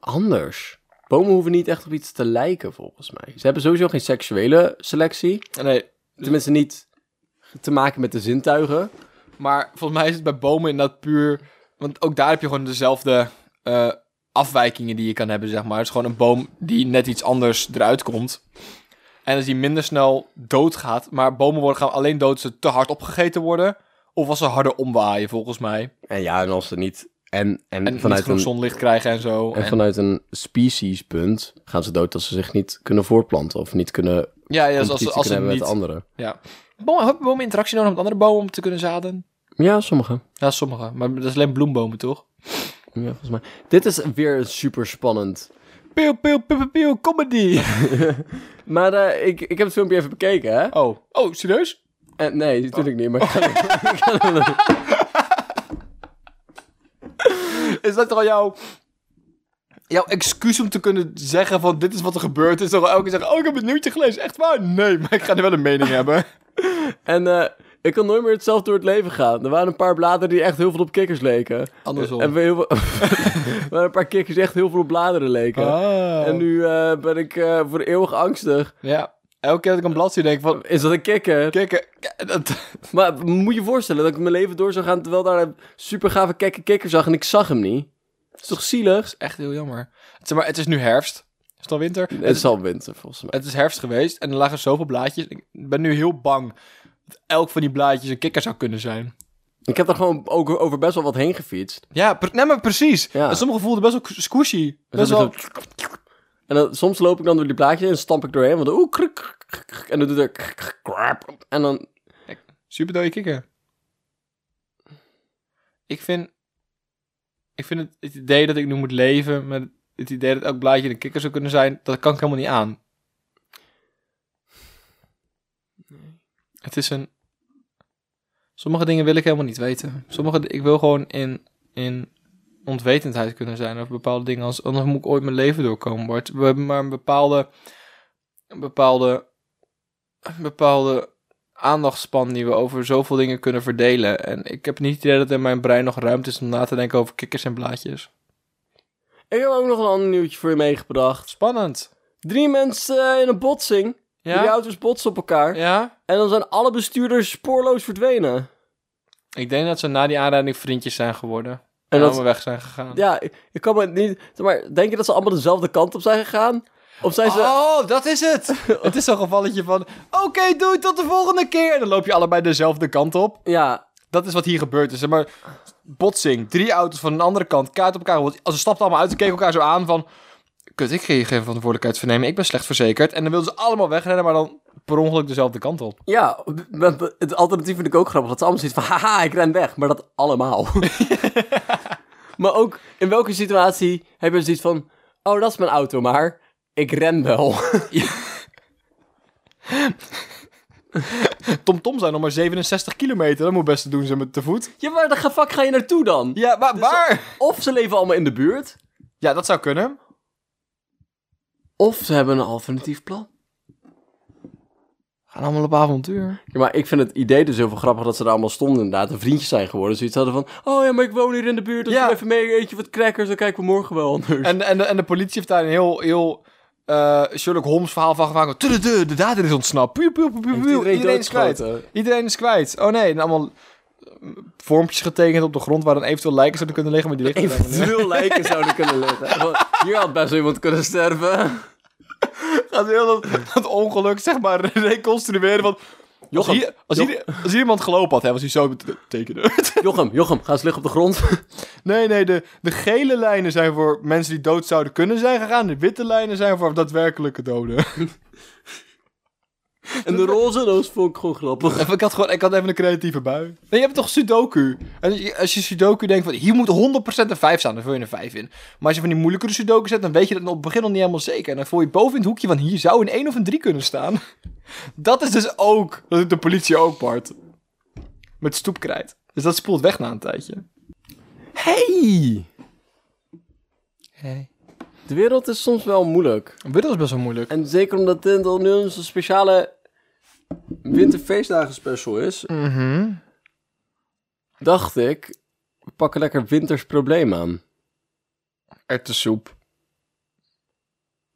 Speaker 2: Anders. Bomen hoeven niet echt op iets te lijken, volgens mij. Ze hebben sowieso geen seksuele selectie.
Speaker 3: Nee,
Speaker 2: Tenminste, niet te maken met de zintuigen.
Speaker 3: Maar volgens mij is het bij bomen inderdaad puur... Want ook daar heb je gewoon dezelfde eh, afwijkingen die je kan hebben, zeg maar. Het is gewoon een boom die net iets anders eruit komt. En als die minder snel doodgaat... Maar bomen worden gaan alleen dood als ze te hard opgegeten worden... Of als ze harder omwaaien, volgens mij.
Speaker 2: En ja, en als ze niet... En, en,
Speaker 3: En niet
Speaker 2: vanuit
Speaker 3: genoeg
Speaker 2: een
Speaker 3: zonlicht krijgen en zo.
Speaker 2: En
Speaker 3: En-
Speaker 2: vanuit een speciespunt gaan ze dood als ze zich niet kunnen voortplanten of niet kunnen
Speaker 3: ja, ja, als, als,
Speaker 2: competitie
Speaker 3: als ze
Speaker 2: kunnen hebben met
Speaker 3: niet...
Speaker 2: anderen.
Speaker 3: Ja. Bomen, hebben bomen interactie nodig met andere bomen om te kunnen zaden?
Speaker 2: Ja, sommige.
Speaker 3: Ja, sommige. Maar dat is alleen bloembomen, toch?
Speaker 2: Ja, volgens mij. Dit is weer super spannend.
Speaker 3: Pew, pew, pew, pew, pew, comedy.
Speaker 2: Maar eh, ik, ik heb het filmpje even bekeken, hè?
Speaker 3: Oh, oh serieus?
Speaker 2: En, nee, natuurlijk niet, maar
Speaker 3: Oh.
Speaker 2: ik kan-
Speaker 3: Is dat toch al jouw... Jouw excuus om te kunnen zeggen van dit is wat er gebeurd is. Dan elke keer zeggen, oh ik heb het nieuwtje gelezen. Echt waar? Nee, maar ik ga er wel een mening hebben.
Speaker 2: En eh, ik kan nooit meer hetzelfde door het leven gaan. Er waren een paar bladeren die echt heel veel op kikkers leken.
Speaker 3: Andersom.
Speaker 2: En we heel veel... er waren een paar kikkers die echt heel veel op bladeren leken.
Speaker 3: Oh.
Speaker 2: En
Speaker 3: En nu...
Speaker 2: nu eh, ben ik eh, voor eeuwig angstig.
Speaker 3: Ja, elke keer dat ik een blad zie denk ik van...
Speaker 2: Is dat een kikker?
Speaker 3: Kijk, eh, dat...
Speaker 2: Maar moet je je voorstellen dat ik mijn leven door zou gaan terwijl daar een super gave kekke kikker zag en ik zag hem niet? Dat is toch zielig?
Speaker 3: Echt heel jammer. Het is, maar, het is nu herfst. het al winter?
Speaker 2: Het is al winter volgens mij.
Speaker 3: Het is herfst geweest en er lagen zoveel blaadjes. Ik ben nu heel bang dat elk van die blaadjes een kikker zou kunnen zijn.
Speaker 2: Ik heb er gewoon ook over best wel wat heen gefietst.
Speaker 3: Ja, pre- nee, maar precies.
Speaker 2: Ja.
Speaker 3: En Sommigen voelden best wel k- squishy. Best
Speaker 2: is
Speaker 3: wel...
Speaker 2: En dan, soms loop ik dan door die plaatjes en stamp ik doorheen. Want dan, oeh, kruk, kruk, kruk, kruk, en dan doet er kruk, kruk, krap. En dan,
Speaker 3: Superdode kikker. Ik vind, ik vind het, het idee dat ik nu moet leven met het idee dat elk blaadje een kikker zou kunnen zijn, dat kan ik helemaal niet aan. Het is een... Sommige dingen wil ik helemaal niet weten. Sommige, di- ik wil gewoon in, in ontwetendheid kunnen zijn over bepaalde dingen. Als, anders moet ik ooit mijn leven doorkomen, Bart. We hebben maar een bepaalde... Een bepaalde... Een bepaalde aandachtspan die we over zoveel dingen kunnen verdelen. En ik heb niet het idee dat in mijn brein nog ruimte is om na te denken over kikkers en blaadjes.
Speaker 2: ik heb ook nog een ander nieuwtje voor je meegebracht.
Speaker 3: Spannend.
Speaker 2: Drie mensen eh, in een botsing. Die
Speaker 3: Ja?
Speaker 2: auto's botsen op elkaar.
Speaker 3: Ja?
Speaker 2: En dan zijn alle bestuurders spoorloos verdwenen.
Speaker 3: Ik denk dat ze na die aanrijding vriendjes zijn geworden. En,
Speaker 2: En dat,
Speaker 3: allemaal weg zijn gegaan.
Speaker 2: ja, ik, ik kan me niet... zeg Maar denk je dat ze allemaal dezelfde kant op zijn gegaan? Of zijn ze...
Speaker 3: Oh, dat is het! het is zo'n gevalletje van... Oké, doei, tot de volgende keer! En dan loop je allebei dezelfde kant op.
Speaker 2: Ja,
Speaker 3: Dat is wat hier gebeurd is. Zeg Maar botsing, drie auto's van een andere kant, kaart op elkaar. gehoord. Als ze stapten allemaal uit, ze keken elkaar zo aan van... Kut, ik ga hier geen verantwoordelijkheid voor nemen. Ik ben slecht verzekerd. En dan wilden ze allemaal wegrennen, maar dan per ongeluk dezelfde kant op.
Speaker 2: ja maar het alternatief vind ik ook grappig. Dat ze allemaal zoiets van, haha, ik ren weg. Maar dat allemaal. maar ook, in welke situatie hebben ze iets van... Oh, dat is mijn auto, maar ik ren wel.
Speaker 3: TomTom zijn nog maar 67 kilometer. Dat moet best te doen zijn met te voet.
Speaker 2: ja, maar de fuck ga je naartoe dan?
Speaker 3: Ja, maar waar?
Speaker 2: Of ze leven allemaal in de buurt...
Speaker 3: Ja, dat zou kunnen.
Speaker 2: Of ze hebben een alternatief plan.
Speaker 3: Gaan allemaal op avontuur.
Speaker 2: Ja, maar ik vind het idee dus heel veel grappig dat ze daar allemaal stonden inderdaad. En vriendjes zijn geworden. Zoiets hadden van, oh ja, maar ik woon hier in de buurt. Dus
Speaker 3: Ja.
Speaker 2: doe even mee, eet je wat crackers, dan kijken we morgen wel anders.
Speaker 3: En, en, de, en de politie heeft daar een heel, heel eh, Sherlock Holmes verhaal van gemaakt. Tudu, De, de dader is ontsnapt. Puur, puur, puur, puur, puur. Iedereen is kwijt. Iedereen is kwijt. Oh nee, en allemaal eh, vormpjes getekend op de grond waar dan eventueel lijken zouden kunnen liggen, maar die liggen er helemaal niet.
Speaker 2: Eventueel lijken zouden kunnen liggen. Gewoon, Hier had best wel iemand kunnen sterven.
Speaker 3: Gaat heel dat, dat ongeluk, zeg maar, reconstrueren van... Als,
Speaker 2: Jochem,
Speaker 3: hier, als, hier, als hier iemand gelopen had, hè, was hij zo met- tekenen.
Speaker 2: Jochem, Jochem, ga eens liggen op de grond.
Speaker 3: Nee, nee, de, de gele lijnen zijn voor mensen die dood zouden kunnen zijn gegaan. De witte lijnen zijn voor daadwerkelijke doden.
Speaker 2: En de roze, dat vond ik gewoon grappig.
Speaker 3: Even, ik, had gewoon, ik had even een creatieve bui. Nee, je hebt toch Sudoku? En als je, als je Sudoku denkt van hier moet 100% een 5 staan, dan vul je een 5 in. Maar als je van die moeilijkere Sudoku zet, dan weet je dat op het begin nog niet helemaal zeker. En dan voel je boven in het hoekje van hier zou een 1 of een 3 kunnen staan. Dat is dus ook, dat doet de politie ook, Bart. Met stoepkrijt. Dus dat spoelt weg na een tijdje.
Speaker 2: Hey!
Speaker 3: Hey.
Speaker 2: De wereld is soms wel moeilijk.
Speaker 3: Widdel is best wel moeilijk.
Speaker 2: En zeker omdat dit al nu onze speciale winterfeestdagen special is, dacht ik, we pakken lekker winters probleem aan.
Speaker 3: Erwtensoep.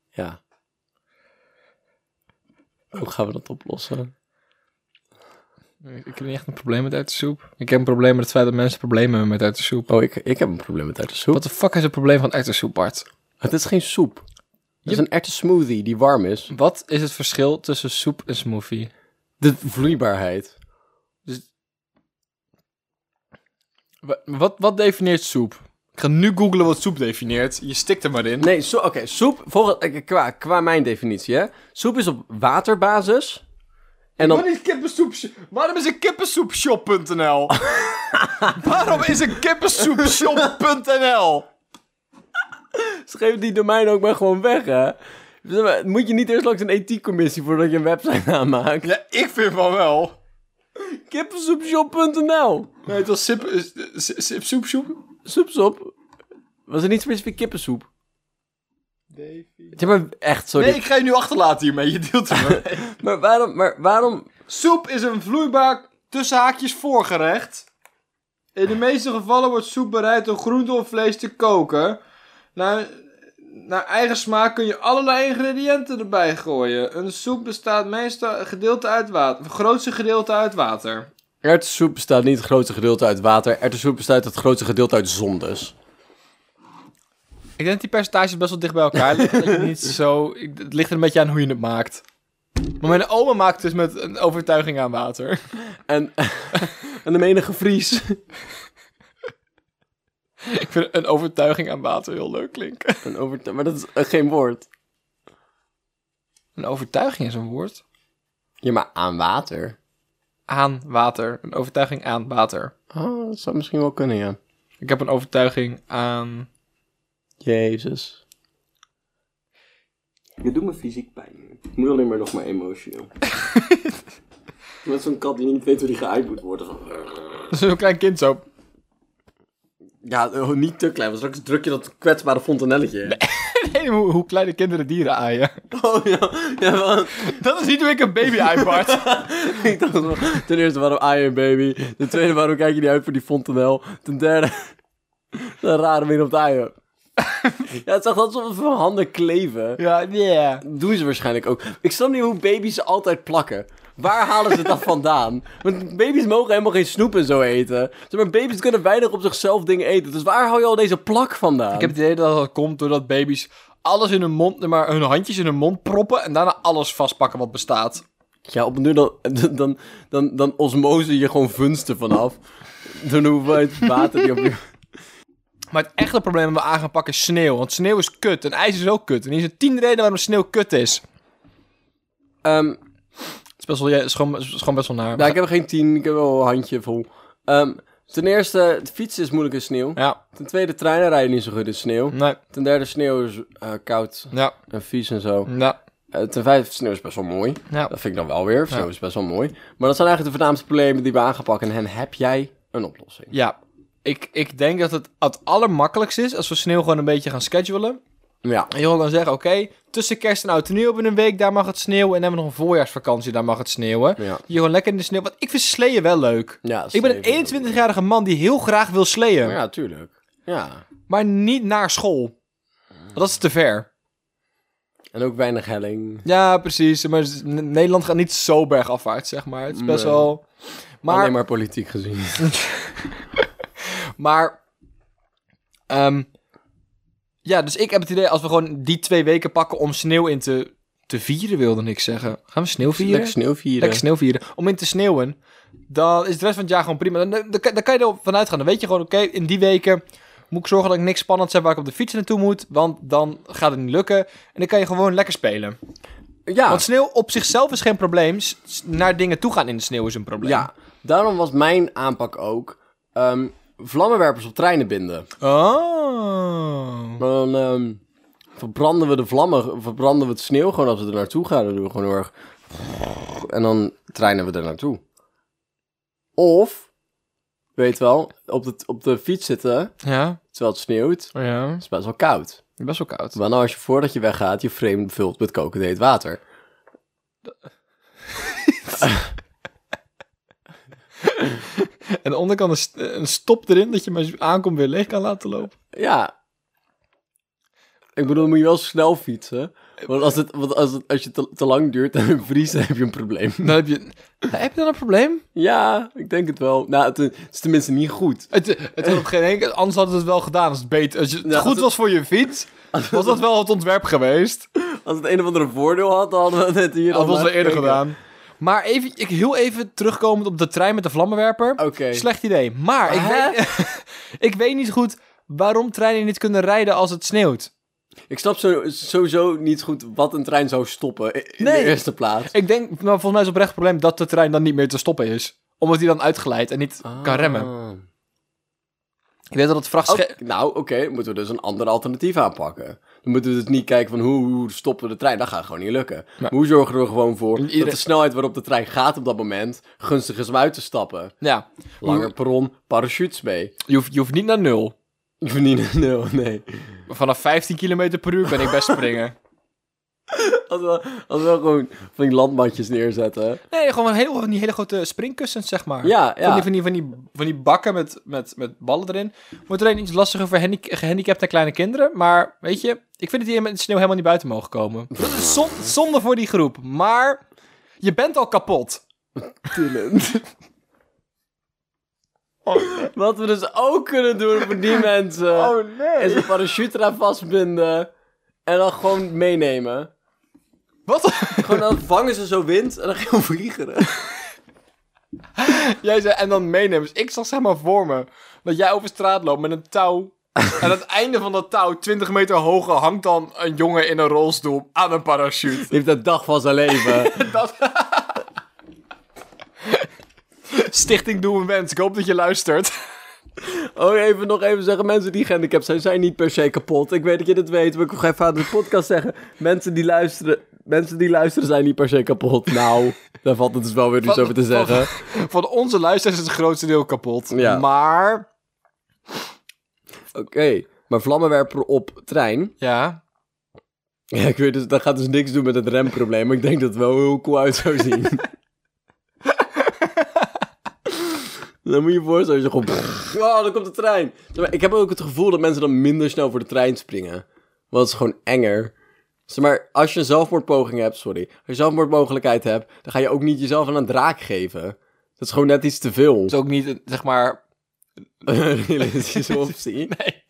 Speaker 2: Ja. Hoe gaan we dat oplossen?
Speaker 3: Ik ik heb niet echt een probleem met erwtensoep. Ik heb een probleem met het feit dat mensen problemen hebben met erwtensoep.
Speaker 2: Oh, ik, ik heb een probleem met erwtensoep.
Speaker 3: Wat de fuck is het probleem van erwtensoep, Bart?
Speaker 2: Het is geen soep. Het is
Speaker 3: Je-
Speaker 2: een erwtensmoothie die warm is.
Speaker 3: Wat is het verschil tussen soep en smoothie?
Speaker 2: De vloeibaarheid.
Speaker 3: Wa- Wat, wat definieert soep? Ik ga nu googlen wat soep definieert. Je stikt er maar in.
Speaker 2: Nee, so- oké, soep, volgens, eh, qua, qua mijn definitie, hè. Soep is op waterbasis. En dan,
Speaker 3: Waarom is kippensoep... Waarom is een kippensoepshop.nl? Waarom is een kippensoepshop.nl?
Speaker 2: schreef die domein ook maar gewoon weg, hè. Zeg maar, Moet je niet eerst langs een ethiekcommissie voordat je een website aanmaakt?
Speaker 3: Ja, ik vind van wel.
Speaker 2: Kippensoepshop.nl
Speaker 3: Nee, het was sip... eh, s- sip- soepsoep?
Speaker 2: Soepsop. Was er niet specifiek kippensoep? Ja, maar echt, sorry.
Speaker 3: Nee, ik ga je nu achterlaten hiermee. Je deelt het maar.
Speaker 2: Maar waarom, maar waarom
Speaker 3: Soep is een vloeibaar tussen haakjes voorgerecht. In de meeste gevallen wordt soep bereid door groente of vlees te koken. Naar, naar eigen smaak kun je allerlei ingrediënten erbij gooien. Een soep bestaat meestal gedeelte uit water, het grootste gedeelte uit water.
Speaker 2: Erwtensoep bestaat niet het grootste gedeelte uit water. Erwtensoep bestaat het grootste gedeelte uit zondes.
Speaker 3: Ik denk dat die percentages best wel dicht bij elkaar liggen. dat je niet zo... ik- Het ligt er een beetje aan hoe je het maakt. Maar mijn oma maakt dus met een overtuiging aan water.
Speaker 2: En, en de menige Vries.
Speaker 3: ik vind een overtuiging aan water heel leuk klinken.
Speaker 2: Een overtu- maar dat is eh, geen woord.
Speaker 3: Een overtuiging is een woord.
Speaker 2: Ja, maar aan water.
Speaker 3: Aan water. Een overtuiging aan water.
Speaker 2: Oh, dat zou misschien wel kunnen, ja.
Speaker 3: Ik heb een overtuiging aan...
Speaker 2: Jezus. Je doet me fysiek pijn nu. Ik moet alleen maar nog maar emotioneel. Met zo'n kat die niet weet hoe die geuit moet worden.
Speaker 3: Zo'n klein kind zo.
Speaker 2: Ja, eh, niet te klein, want straks druk je dat kwetsbare fontanelletje.
Speaker 3: Nee, hoe, hoe kleine kinderen dieren aaien.
Speaker 2: Oh ja, ja want-
Speaker 3: Dat is niet hoe ik een baby aai, Bart.
Speaker 2: ik dacht wel, Ten eerste, waarom Iron Baby? Ten tweede, waarom kijk je niet uit voor die fontanel? Ten derde, een rare weer op de eieren. ja, het is echt alsof het van handen kleven.
Speaker 3: ja, yeah.
Speaker 2: doen ze waarschijnlijk ook. Ik snap niet hoe baby's ze altijd plakken. Waar halen ze dat vandaan? Want baby's mogen helemaal geen snoep en zo eten. Zeg maar baby's kunnen weinig op zichzelf dingen eten. Dus waar hou je al deze plak vandaan?
Speaker 3: Ik heb het idee dat dat komt doordat baby's alles in hun mond, maar hun handjes in hun mond proppen en daarna alles vastpakken wat bestaat.
Speaker 2: Ja, op een duur dan, dan, dan, dan osmose je gewoon vunsten vanaf. Door de hoeveelheid water die op je...
Speaker 3: Maar het echte probleem dat we aan gaan pakken is sneeuw. Want sneeuw is kut en ijs is ook kut. En hier zijn tien redenen waarom sneeuw kut is.
Speaker 2: Ehm,
Speaker 3: Het is, best wel, ja, is, gewoon, is gewoon best wel naar.
Speaker 2: nou, ik heb er geen tien. Ik heb wel een handje vol. Ehm, ten eerste, het fietsen is moeilijk in sneeuw.
Speaker 3: Ja,
Speaker 2: Ten tweede, treinen rijden niet zo goed in sneeuw.
Speaker 3: nee,
Speaker 2: Ten derde, sneeuw is eh, koud
Speaker 3: ja,
Speaker 2: en vies en zo.
Speaker 3: ja,
Speaker 2: Eh, ten vijfde, sneeuw is best wel mooi.
Speaker 3: ja.
Speaker 2: Dat vind ik dan wel weer. Sneeuw
Speaker 3: Ja.
Speaker 2: is best wel mooi. Maar dat zijn eigenlijk de voornaamste problemen die we aangepakt. En hen heb jij een oplossing.
Speaker 3: Ja, ik, ik denk dat het het allermakkelijkste is als we sneeuw gewoon een beetje gaan schedulen.
Speaker 2: Ja.
Speaker 3: En je kan dan zeggen, oké, tussen kerst en oud en nieuw hebben we een week, daar mag het sneeuwen. En dan hebben we nog een voorjaarsvakantie, daar mag het sneeuwen.
Speaker 2: Ja.
Speaker 3: Je gewoon lekker in de sneeuw. Want ik vind sleeën wel leuk.
Speaker 2: ja
Speaker 3: Ik ben een 21-jarige man die heel graag wil sleeën.
Speaker 2: Ja, tuurlijk. Ja.
Speaker 3: Maar niet naar school. Want dat is te ver.
Speaker 2: En ook weinig helling.
Speaker 3: Ja, precies. Maar s- N- Nederland gaat niet zo bergafwaarts, zeg maar. Het is best
Speaker 2: Nee.
Speaker 3: wel...
Speaker 2: Maar...
Speaker 3: Maar...
Speaker 2: Alleen maar politiek gezien.
Speaker 3: maar ehm, ja, dus ik heb het idee... als we gewoon die twee weken pakken om sneeuw in te, te vieren, wilde ik zeggen. Gaan we sneeuw vieren?
Speaker 2: Lekker sneeuw vieren.
Speaker 3: Lekker sneeuw vieren. Om in te sneeuwen. Dan is de rest van het jaar gewoon prima. Dan, dan, dan kan je er vanuit gaan. Dan weet je gewoon, oké, in die weken moet ik zorgen dat ik niks spannends heb waar ik op de fiets naartoe moet. Want dan gaat het niet lukken. En dan kan je gewoon lekker spelen.
Speaker 2: Ja.
Speaker 3: Want sneeuw op zichzelf is geen probleem. S- s- Naar dingen toe gaan in de sneeuw is een probleem.
Speaker 2: ja. Daarom was mijn aanpak ook... ehm, vlammenwerpers op treinen binden.
Speaker 3: Oh.
Speaker 2: Dan ehm, verbranden we de vlammen... Verbranden we het sneeuw gewoon als we er naartoe gaan. Dan doen we gewoon heel erg... En dan treinen we er naartoe. Of... Weet wel, op de, op de fiets zitten...
Speaker 3: Ja,
Speaker 2: Terwijl het sneeuwt,
Speaker 3: ja.
Speaker 2: is best wel koud.
Speaker 3: Best wel koud.
Speaker 2: Maar nou als je voordat je weggaat, je frame vult met kokend heet water.
Speaker 3: En de onderkant is eh, een stop erin dat je maar aankomt weer leeg kan laten lopen.
Speaker 2: Ja. Ik bedoel, dan moet je wel snel fietsen. Want als, het, want als, het, als je te, te lang duurt en het vriest, dan heb je een probleem.
Speaker 3: Dan Nou, heb je, heb je dan een probleem?
Speaker 2: Ja, ik denk het wel. Nou, het, het is tenminste niet goed.
Speaker 3: Het, het had op geen enkel... Anders had het wel gedaan als het beter... Als het
Speaker 2: Ja, als
Speaker 3: goed
Speaker 2: het-
Speaker 3: was voor je fiets, was dat wel het ontwerp geweest.
Speaker 2: Als het een of andere voordeel had, dan hadden we het hier
Speaker 3: Dat
Speaker 2: al
Speaker 3: was
Speaker 2: naar
Speaker 3: we eerder
Speaker 2: gekeken.
Speaker 3: gedaan. Maar even, ik heel even terugkomend op de trein met de vlammenwerper.
Speaker 2: Oké.
Speaker 3: Slecht idee. Maar ik
Speaker 2: Hè?
Speaker 3: weet, ik weet niet goed waarom treinen niet kunnen rijden als het sneeuwt.
Speaker 2: Ik snap zo- sowieso niet goed wat een trein zou stoppen i- in
Speaker 3: Nee.
Speaker 2: de eerste plaats.
Speaker 3: Ik denk, nou, volgens mij is oprecht het probleem dat de trein dan niet meer te stoppen is. Omdat die dan uitgeleid en niet kan remmen.
Speaker 2: Ah.
Speaker 3: Ik weet dat het vrachtschip...
Speaker 2: Oké, nou, oké, moeten we dus een ander alternatief aanpakken. Dan moeten we dus niet kijken van hoe, hoe stoppen we de trein. Dat gaat gewoon niet lukken. Maar hoe zorgen we er gewoon voor
Speaker 3: Iedereen-
Speaker 2: dat de snelheid waarop de trein gaat op dat moment gunstig is om uit te stappen?
Speaker 3: Ja,
Speaker 2: Langer perron, parachutes mee.
Speaker 3: je hoeft, je hoeft niet naar nul.
Speaker 2: Ik verdien een nul, nee.
Speaker 3: Vanaf 15 km per uur ben ik best springen.
Speaker 2: Als we, als we gewoon van die landmatjes neerzetten.
Speaker 3: Nee, gewoon heel, van die hele grote springkussens, zeg maar.
Speaker 2: Ja,
Speaker 3: Van, die,
Speaker 2: ja.
Speaker 3: van, die, van, die, van die bakken met, met, met ballen erin. Wordt alleen iets lastiger voor handi- gehandicapte en kleine kinderen. Maar weet je, ik vind dat die met de sneeuw helemaal niet buiten mogen komen. Dat is zon- zonde voor die groep. Maar je bent al kapot.
Speaker 2: Dylan. Wat we dus ook kunnen doen voor die mensen...
Speaker 3: Oh,
Speaker 1: nee.
Speaker 2: is een parachute eraan vastbinden en dan gewoon meenemen.
Speaker 3: Wat?
Speaker 2: Gewoon dan vangen ze zo wind en dan gaan we vliegen.
Speaker 3: Jij zei, en dan meenemen. Dus ik zag zeg maar voor me dat jij over straat loopt met een touw. En aan het einde van dat touw, 20 meter hoger, hangt dan een jongen in een rolstoel aan een parachute.
Speaker 2: heeft de dag van zijn leven.
Speaker 3: Dat... Stichting Doe een Wens. Ik hoop dat je luistert.
Speaker 2: Oh, even nog even zeggen, mensen die gehandicapt zijn, zijn niet per se kapot. Ik weet dat je dit weet, maar ik wil even aan de podcast zeggen. Mensen die luisteren, mensen die luisteren zijn niet per se kapot. Nou, daar valt het dus wel weer iets
Speaker 3: Van-
Speaker 2: over te
Speaker 3: van-
Speaker 2: zeggen.
Speaker 3: Van onze luisteraars is het grootste deel kapot.
Speaker 2: Ja.
Speaker 3: Maar...
Speaker 2: Oké, maar vlammenwerper op trein.
Speaker 3: Ja.
Speaker 2: Ja, ik weet dus, dat gaat dus niks doen met het remprobleem, maar ik denk dat het wel heel cool uit zou zien. dan moet je je voorstellen, als je gewoon... Oh, dan komt de trein. Zeg maar, Ik heb ook het gevoel dat mensen dan minder snel voor de trein springen. Want het is gewoon enger. Zeg maar, als je een zelfmoordpoging hebt, sorry. Als je zelfmoordmogelijkheid hebt, dan ga je ook niet jezelf aan een draak geven. Dat is gewoon net iets te veel.
Speaker 3: Het is ook niet, een, zeg maar...
Speaker 2: Een realistische optie.
Speaker 3: Nee.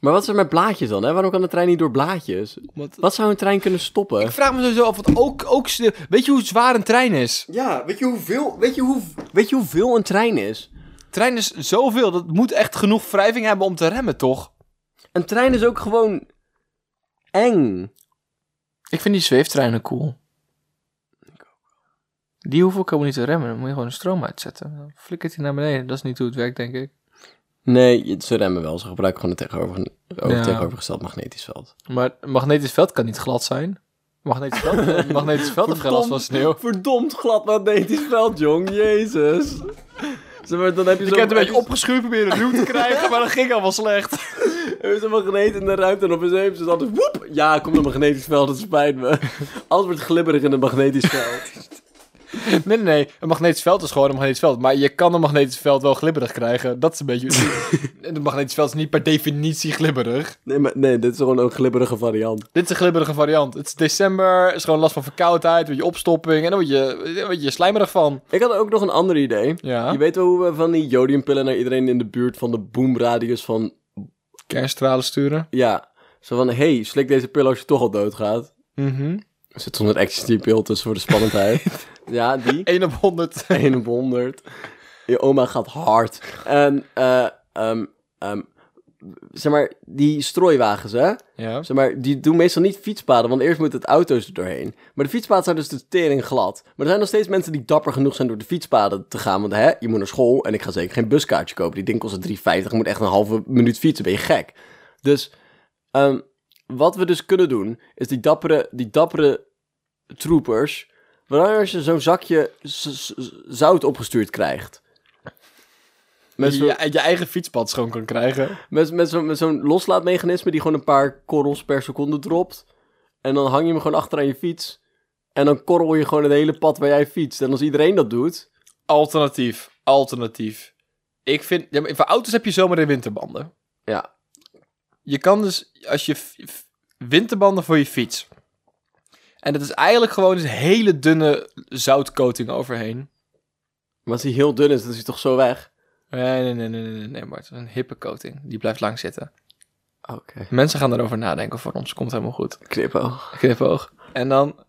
Speaker 2: Maar wat is er met blaadjes dan? Hè? Waarom kan de trein niet door blaadjes?
Speaker 3: Wat-
Speaker 2: Wat zou een trein kunnen
Speaker 3: Ik
Speaker 2: stoppen?
Speaker 3: vraag me sowieso af, want ook, ook... Weet je hoe zwaar een trein is?
Speaker 2: Ja, weet je hoeveel, weet je hoe, weet je hoeveel een trein is?
Speaker 3: trein is zoveel, dat moet echt genoeg wrijving hebben om te remmen, toch?
Speaker 2: Een trein is ook gewoon eng.
Speaker 3: Ik vind die zweeftreinen cool. Die hoef ik helemaal niet te remmen. Dan moet je gewoon de stroom uitzetten. Dan flikkert hij naar beneden. Dat is niet hoe het werkt, denk ik.
Speaker 2: Nee, je- ze remmen wel. Ze gebruiken gewoon het tegenover, over-
Speaker 3: Ja.
Speaker 2: tegenovergesteld magnetisch veld.
Speaker 3: Maar een magnetisch veld kan niet glad zijn. Magnetisch veld, een magnetisch veld heeft geen last van sneeuw.
Speaker 2: Verdomd glad magnetisch veld, jong. Jezus. Zeg maar, dan heb je,
Speaker 3: Je
Speaker 2: zo
Speaker 3: kunt het een beetje opgeschuurd proberen ruw te krijgen, maar dat ging al wel slecht.
Speaker 2: Er is een magneet in de ruimte en op een heeft ze altijd woep. Ja, komt een magnetisch veld, het spijt me. Alles wordt glibberig in een magnetisch veld.
Speaker 3: Nee, nee, nee. Een magnetisch veld is gewoon een magnetisch veld. Maar je kan een magnetisch veld wel glibberig krijgen. Dat is een beetje... Een magnetisch veld is niet per definitie glibberig.
Speaker 2: Nee, maar, nee, dit is gewoon een glibberige variant.
Speaker 3: Dit is een glibberige variant. Het is december, is gewoon last van verkoudheid, een je opstopping en dan word je, dan word je slijmerig van.
Speaker 2: Ik had ook nog een ander idee.
Speaker 3: Ja.
Speaker 2: Je weet wel hoe we van die jodiumpillen naar iedereen in de buurt van de boomradius van...
Speaker 3: Kernstralen sturen.
Speaker 2: Ja, zo van, hey, slik deze pil als je toch al doodgaat.
Speaker 3: Mhm.
Speaker 2: Er zit zo'n ecstasy pil tussen voor de spannendheid. ja, die.
Speaker 3: 1 op 100.
Speaker 2: 1 op 100. Je oma gaat hard. En, eh, ehm, ehm, zeg maar, die strooiwagens, hè?
Speaker 3: Ja.
Speaker 2: Zeg maar, die doen meestal niet fietspaden, want eerst moeten het auto's er doorheen. Maar de fietspaden zijn dus de tering glad. Maar er zijn nog steeds mensen die dapper genoeg zijn door de fietspaden te gaan. Want hè, je moet naar school en ik ga zeker geen buskaartje kopen. Die ding kost 3,50. Je moet echt een halve minuut fietsen, ben je gek. Dus ehm, wat we dus kunnen doen, is die dappere, die dappere troopers... Wanneer ze zo'n zakje z- z- zout opgestuurd krijgt... Met
Speaker 3: Dat
Speaker 2: zo'n
Speaker 3: je je eigen fietspad schoon kan krijgen.
Speaker 2: met, met zo'n met zo'n loslaatmechanisme die gewoon een paar korrels per seconde dropt. En dan hang je hem gewoon achter aan je fiets. En dan korrel je gewoon het hele pad waar jij fietst. En als iedereen dat doet...
Speaker 3: Alternatief. Alternatief. Ik vind... Ja, maar voor auto's heb je zomer- en winterbanden.
Speaker 2: Ja.
Speaker 3: Je kan dus... Als je... f- f- Winterbanden voor je fiets. En dat is eigenlijk gewoon een hele dunne zoutcoating overheen.
Speaker 2: Maar als hij heel dun is, dan is hij toch zo weg.
Speaker 3: Nee, nee, nee, nee, nee, nee, Bart. Een hippe coating. Die blijft lang zitten.
Speaker 2: Oké.
Speaker 3: Mensen gaan erover nadenken voor ons. Komt helemaal goed.
Speaker 2: Knipoog.
Speaker 3: Knipoog. En dan...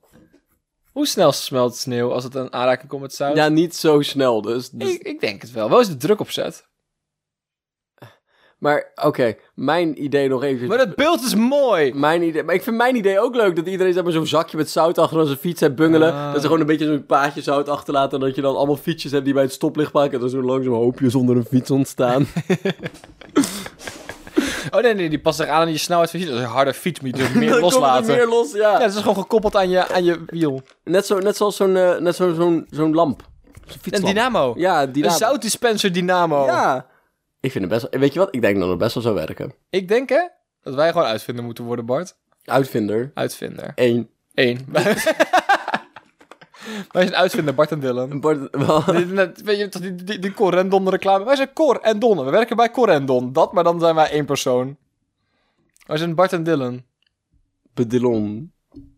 Speaker 3: Hoe snel smelt sneeuw als het een aanraking komt met zout?
Speaker 2: Ja, niet zo snel dus. Dus-
Speaker 3: ik, ik denk het wel. Wel is de druk opzet.
Speaker 2: Maar oké, mijn idee nog even...
Speaker 3: Maar dat beeld is mooi.
Speaker 2: Mijn idee, maar ik vind mijn idee ook leuk dat iedereen zeg maar, zo'n zakje met zout achter aan zijn fiets hebt bungelen.
Speaker 3: Ah.
Speaker 2: Dat ze gewoon een beetje zo'n paadje zout achterlaten. En dat je dan allemaal fietsjes hebt die bij het stoplicht pakken. En dan zo langzaam hoopjes onder een fiets ontstaan.
Speaker 3: Oh nee, nee, die past zich aan aan je snelheid van je fiets. Dat is een harde fiets, maar je doet meer
Speaker 2: Dan komt het
Speaker 3: loslaten.
Speaker 2: Meer los, ja.
Speaker 3: Ja, dat is gewoon gekoppeld aan je, aan je wiel.
Speaker 2: Net, zo, net zoals zo'n eh, net zo, zo'n zo'n lamp. Zo'n
Speaker 3: Een
Speaker 2: fietslamp.
Speaker 3: dynamo.
Speaker 2: Ja, dynamo.
Speaker 3: Een zoutdispenser dynamo.
Speaker 2: Ja. Ik vind het best wel... Weet je wat? Ik denk dat het best wel zou werken.
Speaker 3: Ik denk hè, dat wij gewoon uitvinder moeten worden, Bart.
Speaker 2: Uitvinder.
Speaker 3: Uitvinder.
Speaker 2: Eén.
Speaker 3: Eén. wij zijn uitvinder, Bart en Dylan.
Speaker 2: Een bord- wel-
Speaker 3: Dit- net- Weet je, toch die, die, die Cor en Don reclame. Wij zijn Cor en Don. We werken bij Cor en Don. Dat, maar dan zijn wij één persoon. Wij zijn Bart en Dylan.
Speaker 2: Bedilon.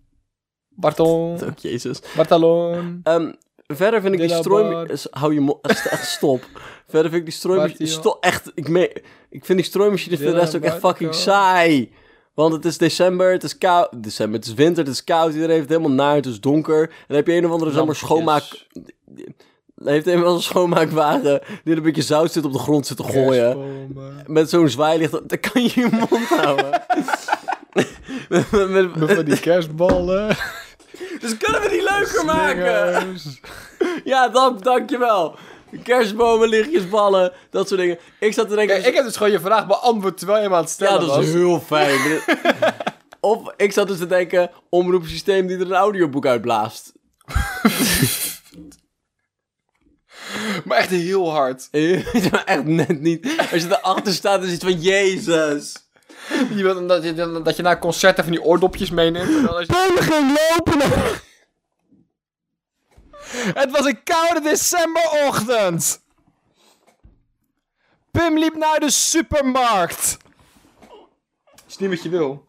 Speaker 3: Barton.
Speaker 2: Ook Oh, jezus.
Speaker 3: Bartalon.
Speaker 2: Ehm, verder vind ik
Speaker 3: De
Speaker 2: die
Speaker 3: la
Speaker 2: strooi...
Speaker 3: bar.
Speaker 2: eh, Hou je mond... Stop. verder vind ik die strooimachine...
Speaker 3: Bartio.
Speaker 2: Sto echt, ik, me... ik vind die strooimachine
Speaker 3: De
Speaker 2: voor de
Speaker 3: la
Speaker 2: rest ook echt fucking
Speaker 3: Bartico.
Speaker 2: saai. Want het is december, het is koud... December, het is winter, het is koud, iedereen heeft het helemaal naar, het is donker. En dan heb je een of andere zomaar schoonmaak... Dan heeft een of andere schoonmaakwagen die een beetje zout zit op de grond zit te gooien. Met zo'n zwaailicht, dan kan je je mond houden. Met- met- met-
Speaker 3: Van die kerstballen.
Speaker 2: dus kunnen we die leuker maken? Ja, dank, dankjewel. Kerstbomen, lichtjesballen, dat soort dingen. Ik zat te denken...
Speaker 3: Kijk, ik heb dus gewoon je vraag beantwoord terwijl je hem aan het
Speaker 2: ja,
Speaker 3: stellen
Speaker 2: dat is
Speaker 3: was.
Speaker 2: heel fijn. of ik zat dus te denken, omroepsysteem die er een audioboek uitblaast.
Speaker 3: Maar echt heel hard.
Speaker 2: maar echt net niet. Als je erachter staat, is het iets van Jezus.
Speaker 3: Je wilt dat je, dat je na concerten van die oordopjes meeneemt. en dan is- Het was een koude decemberochtend. Pim liep naar de supermarkt. Is niet wat je wil.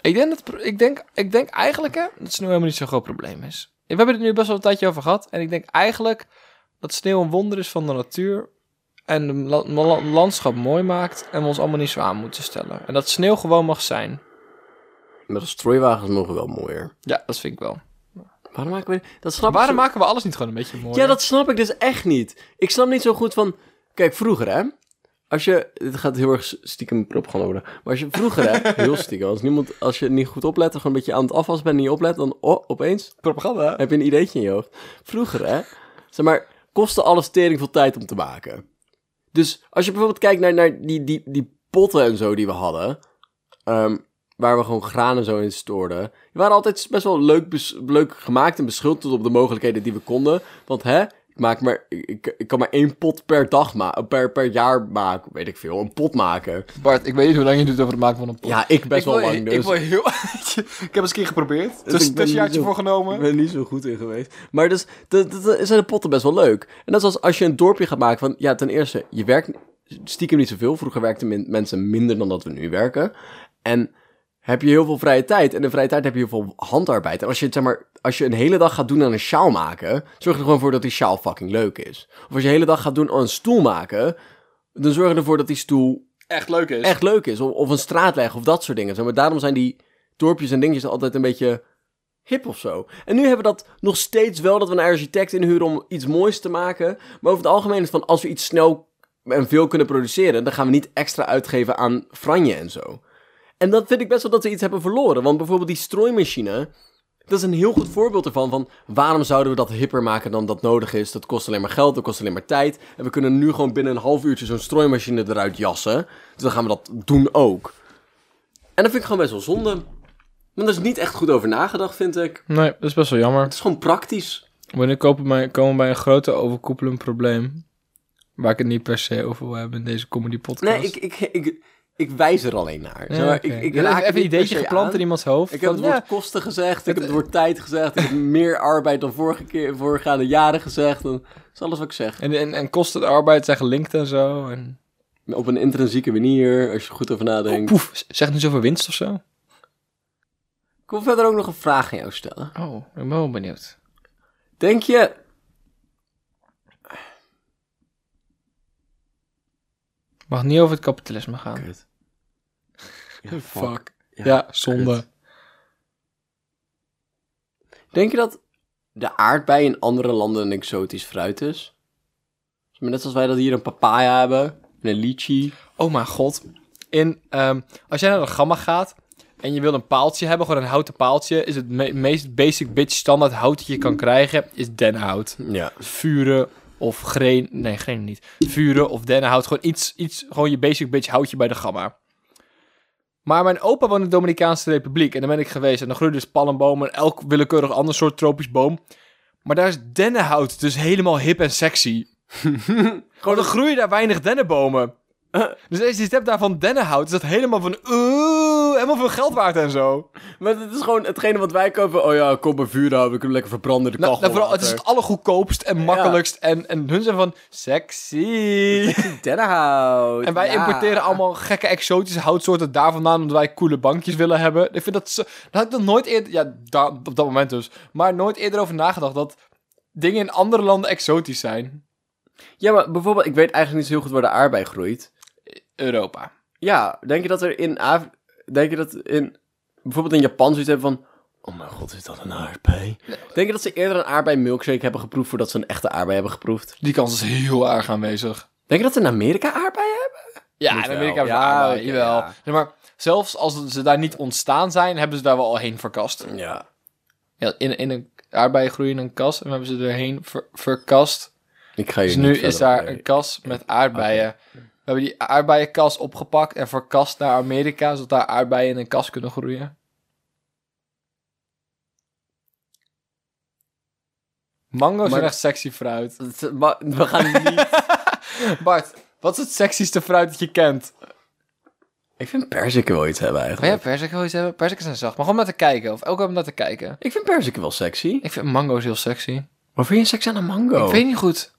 Speaker 3: Ik denk, dat, pro- ik, denk, ik denk eigenlijk hè, dat sneeuw helemaal niet zo'n groot probleem is. We hebben het nu best wel een tijdje over gehad. En ik denk eigenlijk dat sneeuw een wonder is van de natuur. En het landschap mooi maakt. En we ons allemaal niet zo aan moeten stellen. En dat sneeuw gewoon mag zijn.
Speaker 2: Met een strooiwagen is nog wel mooier.
Speaker 3: Ja, dat vind ik wel.
Speaker 2: Waarom maken we... Dat snap ik
Speaker 3: Waarom
Speaker 2: zo-
Speaker 3: maken we alles niet gewoon een beetje mooi?
Speaker 2: Ja, dat snap ik dus echt niet. Ik snap niet zo goed van... Kijk, vroeger hè... Als je... Het gaat heel erg stiekem prop gaan worden. Maar als je vroeger hè... Heel stiekem. Als, niemand, als je niet goed oplet, gewoon een beetje aan het afwas bent en niet oplet... Dan oh, opeens
Speaker 3: propaganda.
Speaker 2: heb je een ideetje in je hoofd. Vroeger hè... Zeg maar, kostte alles tering veel tijd om te maken. Dus als je bijvoorbeeld kijkt naar, naar die, die, die potten en zo die we hadden... ehm, waar we gewoon granen zo in stoorden. Die waren altijd best wel leuk, bes- leuk gemaakt en beschuld tot op de mogelijkheden die we konden. Want hè, ik, maak maar, ik- ik, ik kan maar één pot per dag maken, per, per jaar maken, weet ik veel, een pot maken.
Speaker 3: Bart, ik weet niet hoe lang je doet over het maken van een pot.
Speaker 2: Ja, ik best wel
Speaker 3: wil-
Speaker 2: lang dus.
Speaker 3: Ik, wil heel... ik heb eens een keer geprobeerd.
Speaker 2: ik ben
Speaker 3: Tussen, Dus tussenjaartje
Speaker 2: niet zo-
Speaker 3: voorgenomen.
Speaker 2: Ik ben er niet zo goed in geweest. Maar dus, dat dat- dat zijn de potten best wel leuk. En dat is als, als je een dorpje gaat maken van, ja, ten eerste, je werkt stiekem niet zoveel. Vroeger werkten min- mensen minder dan dat we nu werken. En heb je heel veel vrije tijd. En in vrije tijd heb je heel veel handarbeid. En als je, het, zeg maar, als je een hele dag gaat doen aan een sjaal maken, zorg er gewoon voor dat die sjaal fucking leuk is. Of als je een hele dag gaat doen aan een stoel maken, dan zorg ervoor dat die stoel
Speaker 3: Echt leuk is.
Speaker 2: echt leuk is. Of, of een straatweg of dat soort dingen. Zeg Maar daarom zijn die dorpjes en dingetjes altijd een beetje hip of zo. En nu hebben we dat nog steeds wel, dat we een architect inhuren om iets moois te maken. Maar over het algemeen is het van, als we iets snel en veel kunnen produceren, dan gaan we niet extra uitgeven aan franje en zo. En dat vind ik best wel dat we iets hebben verloren. Want bijvoorbeeld die strooimachine, dat is een heel goed voorbeeld ervan. Van waarom zouden we dat hipper maken dan dat nodig is? Dat kost alleen maar geld, dat kost alleen maar tijd. En we kunnen nu gewoon binnen een half uurtje zo'n strooimachine eruit jassen. Dus dan gaan we dat doen ook. En dat vind ik gewoon best wel zonde. Want er is niet echt goed over nagedacht, vind ik.
Speaker 1: Nee, dat is best wel jammer.
Speaker 2: Het is gewoon praktisch.
Speaker 1: Wanneer komen bij, komen we bij een grote overkoepelend probleem. Waar ik het niet per se over wil hebben in deze comedy podcast.
Speaker 2: Nee, ik, ik, ik, ik wijs er alleen naar.
Speaker 1: Ja,
Speaker 2: Zeg maar,
Speaker 1: oké.
Speaker 2: ik, ik
Speaker 1: Je hebt
Speaker 2: raak
Speaker 1: even
Speaker 2: het
Speaker 1: een
Speaker 2: niet per
Speaker 1: ideetje
Speaker 2: se
Speaker 1: geplant
Speaker 2: aan.
Speaker 1: in iemands hoofd.
Speaker 2: Ik heb het
Speaker 1: van,
Speaker 2: woord
Speaker 1: ja,
Speaker 2: kosten gezegd, ik heb het woord tijd gezegd, ik heb meer arbeid dan vorige keer, voorgaande jaren gezegd. En dat is alles wat ik zeg.
Speaker 1: en, en, en kosten en arbeid zijn gelinkt en zo. En...
Speaker 2: Op een intrinsieke manier, als je er goed over nadenkt.
Speaker 1: Poef, zeg niet zoveel winst of zo.
Speaker 2: Ik wil verder ook nog een vraag aan jou stellen.
Speaker 1: Oh, ik ben wel benieuwd.
Speaker 2: Denk je...
Speaker 1: Mag niet over het kapitalisme gaan.
Speaker 2: Ja,
Speaker 1: Ja,
Speaker 2: Ja,
Speaker 1: zonde.
Speaker 2: Denk je dat de aardbei in andere landen een exotisch fruit is? Zeg maar Net zoals wij dat hier een papaya hebben, en een lychee.
Speaker 3: Oh mijn god. In, ehm, als jij naar de gamma gaat en je wil een paaltje hebben, gewoon een houten paaltje, is het me- meest basic bitch standaard hout dat je kan krijgen, is dennenhout.
Speaker 2: Ja.
Speaker 3: Vuren of green, nee green niet. Vuren of dennenhout, gewoon iets, iets, gewoon je basic bitch houtje bij de gamma. Maar mijn opa woont in de Dominicaanse Republiek en daar ben ik geweest en dan groeien dus palmbomen en elk willekeurig ander soort tropisch boom. Maar daar is dennenhout dus helemaal hip en sexy. Gewoon dan groeien daar weinig dennenbomen. Dus als je iets hebt daarvan dennenhout, is dat helemaal van... Oeh, helemaal veel geld waard en zo.
Speaker 2: Maar het is gewoon hetgene wat wij kopen. Oh ja, kom maar vuur houden, we kunnen lekker verbranden de
Speaker 3: Nou,
Speaker 2: kachel.
Speaker 3: nou, vooral, het is het allergoedkoopst en makkelijkst. En, en hun zijn van sexy.
Speaker 2: dennenhout.
Speaker 3: En wij importeren allemaal gekke exotische houtsoorten daar vandaan, omdat wij coole bankjes willen hebben. Ik vind dat zo... Daar had ik nog nooit eerder... Ja, daar- op dat moment dus. Maar nooit eerder over nagedacht dat dingen in andere landen exotisch zijn.
Speaker 2: Ja, maar bijvoorbeeld, ik weet eigenlijk niet zo heel goed waar de aardbei groeit.
Speaker 3: Europa.
Speaker 2: Ja, denk je dat er in Af- Denk je dat in... Bijvoorbeeld in Japan zoiets hebben van... Oh mijn god, is dat een aardbei? Denk je dat ze eerder een aardbei milkshake hebben geproefd... voordat ze een echte aardbei hebben geproefd?
Speaker 3: Die kans is heel erg aanwezig.
Speaker 2: Denk je dat ze in Amerika aardbeien hebben?
Speaker 3: Ja,
Speaker 2: Moet
Speaker 3: in
Speaker 2: wel.
Speaker 3: Amerika
Speaker 2: Ja,
Speaker 3: ja,
Speaker 2: oké,
Speaker 3: jawel.
Speaker 2: ja.
Speaker 3: Nee, maar zelfs als ze daar niet ontstaan zijn, hebben ze daar wel al heen verkast.
Speaker 2: Ja.
Speaker 3: Ja, in, in een aardbeien groeien een kas en we hebben ze erheen ver- verkast.
Speaker 2: Ik ga je
Speaker 3: Dus nu is daar een kas met aardbeien. We hebben die aardbeienkas opgepakt en verkast naar Amerika, zodat daar aardbeien in een kas kunnen groeien. Mango's
Speaker 2: Maar-
Speaker 3: zijn echt sexy fruit.
Speaker 2: We gaan niet...
Speaker 3: Bart, wat is het sexieste fruit dat je kent?
Speaker 2: ik vind perziken wel iets hebben eigenlijk.
Speaker 3: Wil jij perziken wel eens hebben? Perziken zijn zacht. Maar gewoon om naar te kijken. Of elke keer om naar te kijken.
Speaker 2: Ik vind perziken wel sexy.
Speaker 3: Ik vind mango's heel sexy.
Speaker 2: Maar vind je seks aan een mango?
Speaker 3: Ik weet niet goed.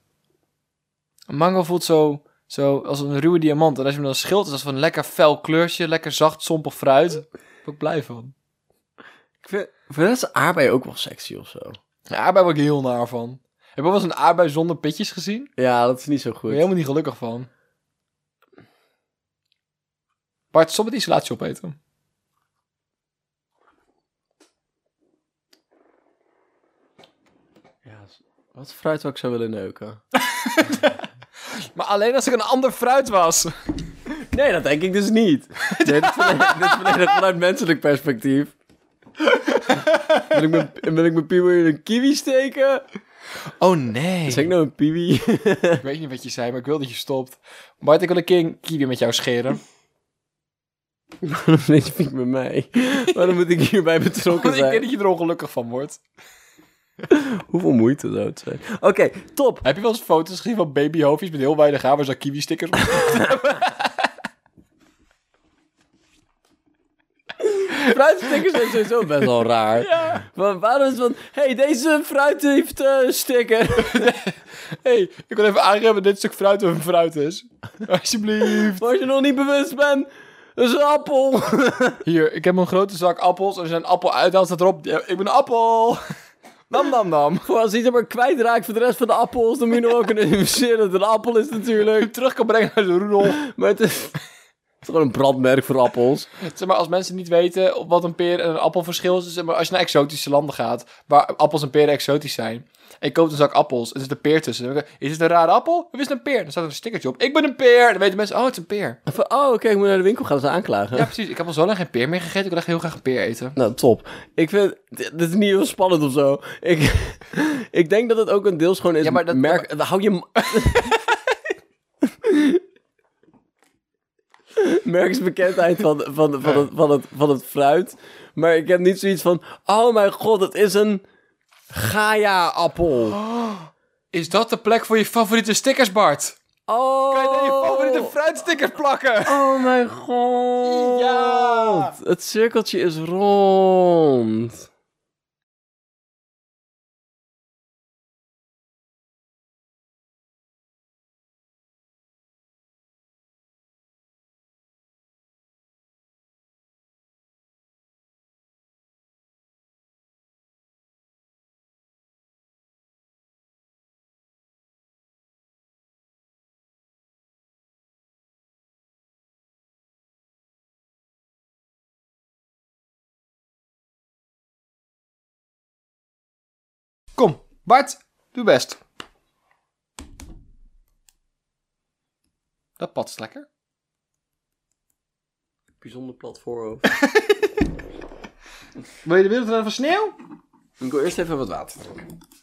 Speaker 3: Een mango voelt zo, zo als een ruwe diamant. En als je hem dan schilt, is dat van een lekker fel kleurtje, lekker zacht, sompig fruit. Daar ben ik blij van.
Speaker 2: Ik vind, voor de rest is aardbei ook wel sexy of zo.
Speaker 3: Ja, aardbei word ik heel naar van. Heb je wel eens een aardbei zonder pitjes gezien? Daar
Speaker 2: Ja, dat is niet zo
Speaker 3: ben
Speaker 2: goed.
Speaker 3: je helemaal niet gelukkig van. Bart, stop met isolatie opeten.
Speaker 2: Ja, s- wat voor fruit zou ik zou willen neuken?
Speaker 3: Maar alleen als ik een ander fruit was.
Speaker 2: Nee, dat denk ik dus niet. Nee, dit is volledig, dit is volledig vanuit menselijk perspectief. Wil ik mijn, wil ik mijn piemel in een kiwi steken?
Speaker 3: Oh nee.
Speaker 2: Zeg ik nou een piwi?
Speaker 3: Ik weet niet wat je zei, maar ik wil dat je stopt. Bart, ik wil een keer een kiwi met jou scheren.
Speaker 2: Waarom weet je niet met mij? Waarom moet ik hierbij betrokken
Speaker 3: Want ik denk
Speaker 2: zijn?
Speaker 3: dat je er ongelukkig van wordt.
Speaker 2: Hoeveel moeite zou het zijn? Oké, top.
Speaker 3: Heb je wel eens foto's gezien van babyhoofdjes met heel weinig haar, waar zo'n kiwi-stickers op
Speaker 2: Fruitstickers zijn sowieso best wel raar. Maar waarom is het van... Hé, hey, deze fruit heeft eh, sticker.
Speaker 3: hey, ik wil even aangeven dat dit stuk fruit een fruit is. Alsjeblieft.
Speaker 2: Maar als je nog niet bewust bent... Dat is een appel.
Speaker 3: Hier, ik heb een grote zak appels. Als je een appel uithaalt, staat erop, ja, ik ben een appel. Nam, nam, nam.
Speaker 2: Gewoon als je het maar kwijtraakt voor de rest van de appels... dan moet je nog wel kunnen investeren dat het een appel is natuurlijk.
Speaker 3: Terug kan brengen naar de roedel.
Speaker 2: Maar het is, het is gewoon een brandmerk voor appels.
Speaker 3: Zeg maar, als mensen niet weten op wat een peer en een appel verschil is. Zeg maar, als je naar exotische landen gaat, waar appels en peren exotisch zijn. En je koopt een zak appels, en er zit een peer tussen. Dan denk ik, Is dit een rare appel? Of is het een peer? Dan staat er een stickertje op. Ik ben een peer. Dan weten mensen, oh, het is een peer.
Speaker 2: Van, oh, oké, ik moet naar de winkel gaan ze aanklagen.
Speaker 3: Ja, precies. Ik heb al zo lang geen peer meer gegeten. Ik wil echt heel graag een peer eten.
Speaker 2: Nou, top. Ik vind... Dit, dit is niet heel spannend of zo. Ik, ik denk dat het ook een deels gewoon is...
Speaker 3: Ja, maar dat-
Speaker 2: merk, Hou je... m- Merksbekendheid van, van, van, het, van, het, van het fruit. Maar ik heb niet zoiets van... Oh mijn god, het is een... Gaia-appel.
Speaker 3: Is dat de plek voor je favoriete stickers, Bart?
Speaker 2: Oh.
Speaker 3: Kan je daar je favoriete fruitstickers plakken?
Speaker 2: Oh mijn god.
Speaker 3: Ja.
Speaker 2: Het cirkeltje is rond.
Speaker 3: Kom, Bart, doe best. Dat patst lekker.
Speaker 2: Bijzonder plat voorhoofd.
Speaker 3: Wil je de wereld redden van sneeuw?
Speaker 2: Ik wil eerst even wat water drinken.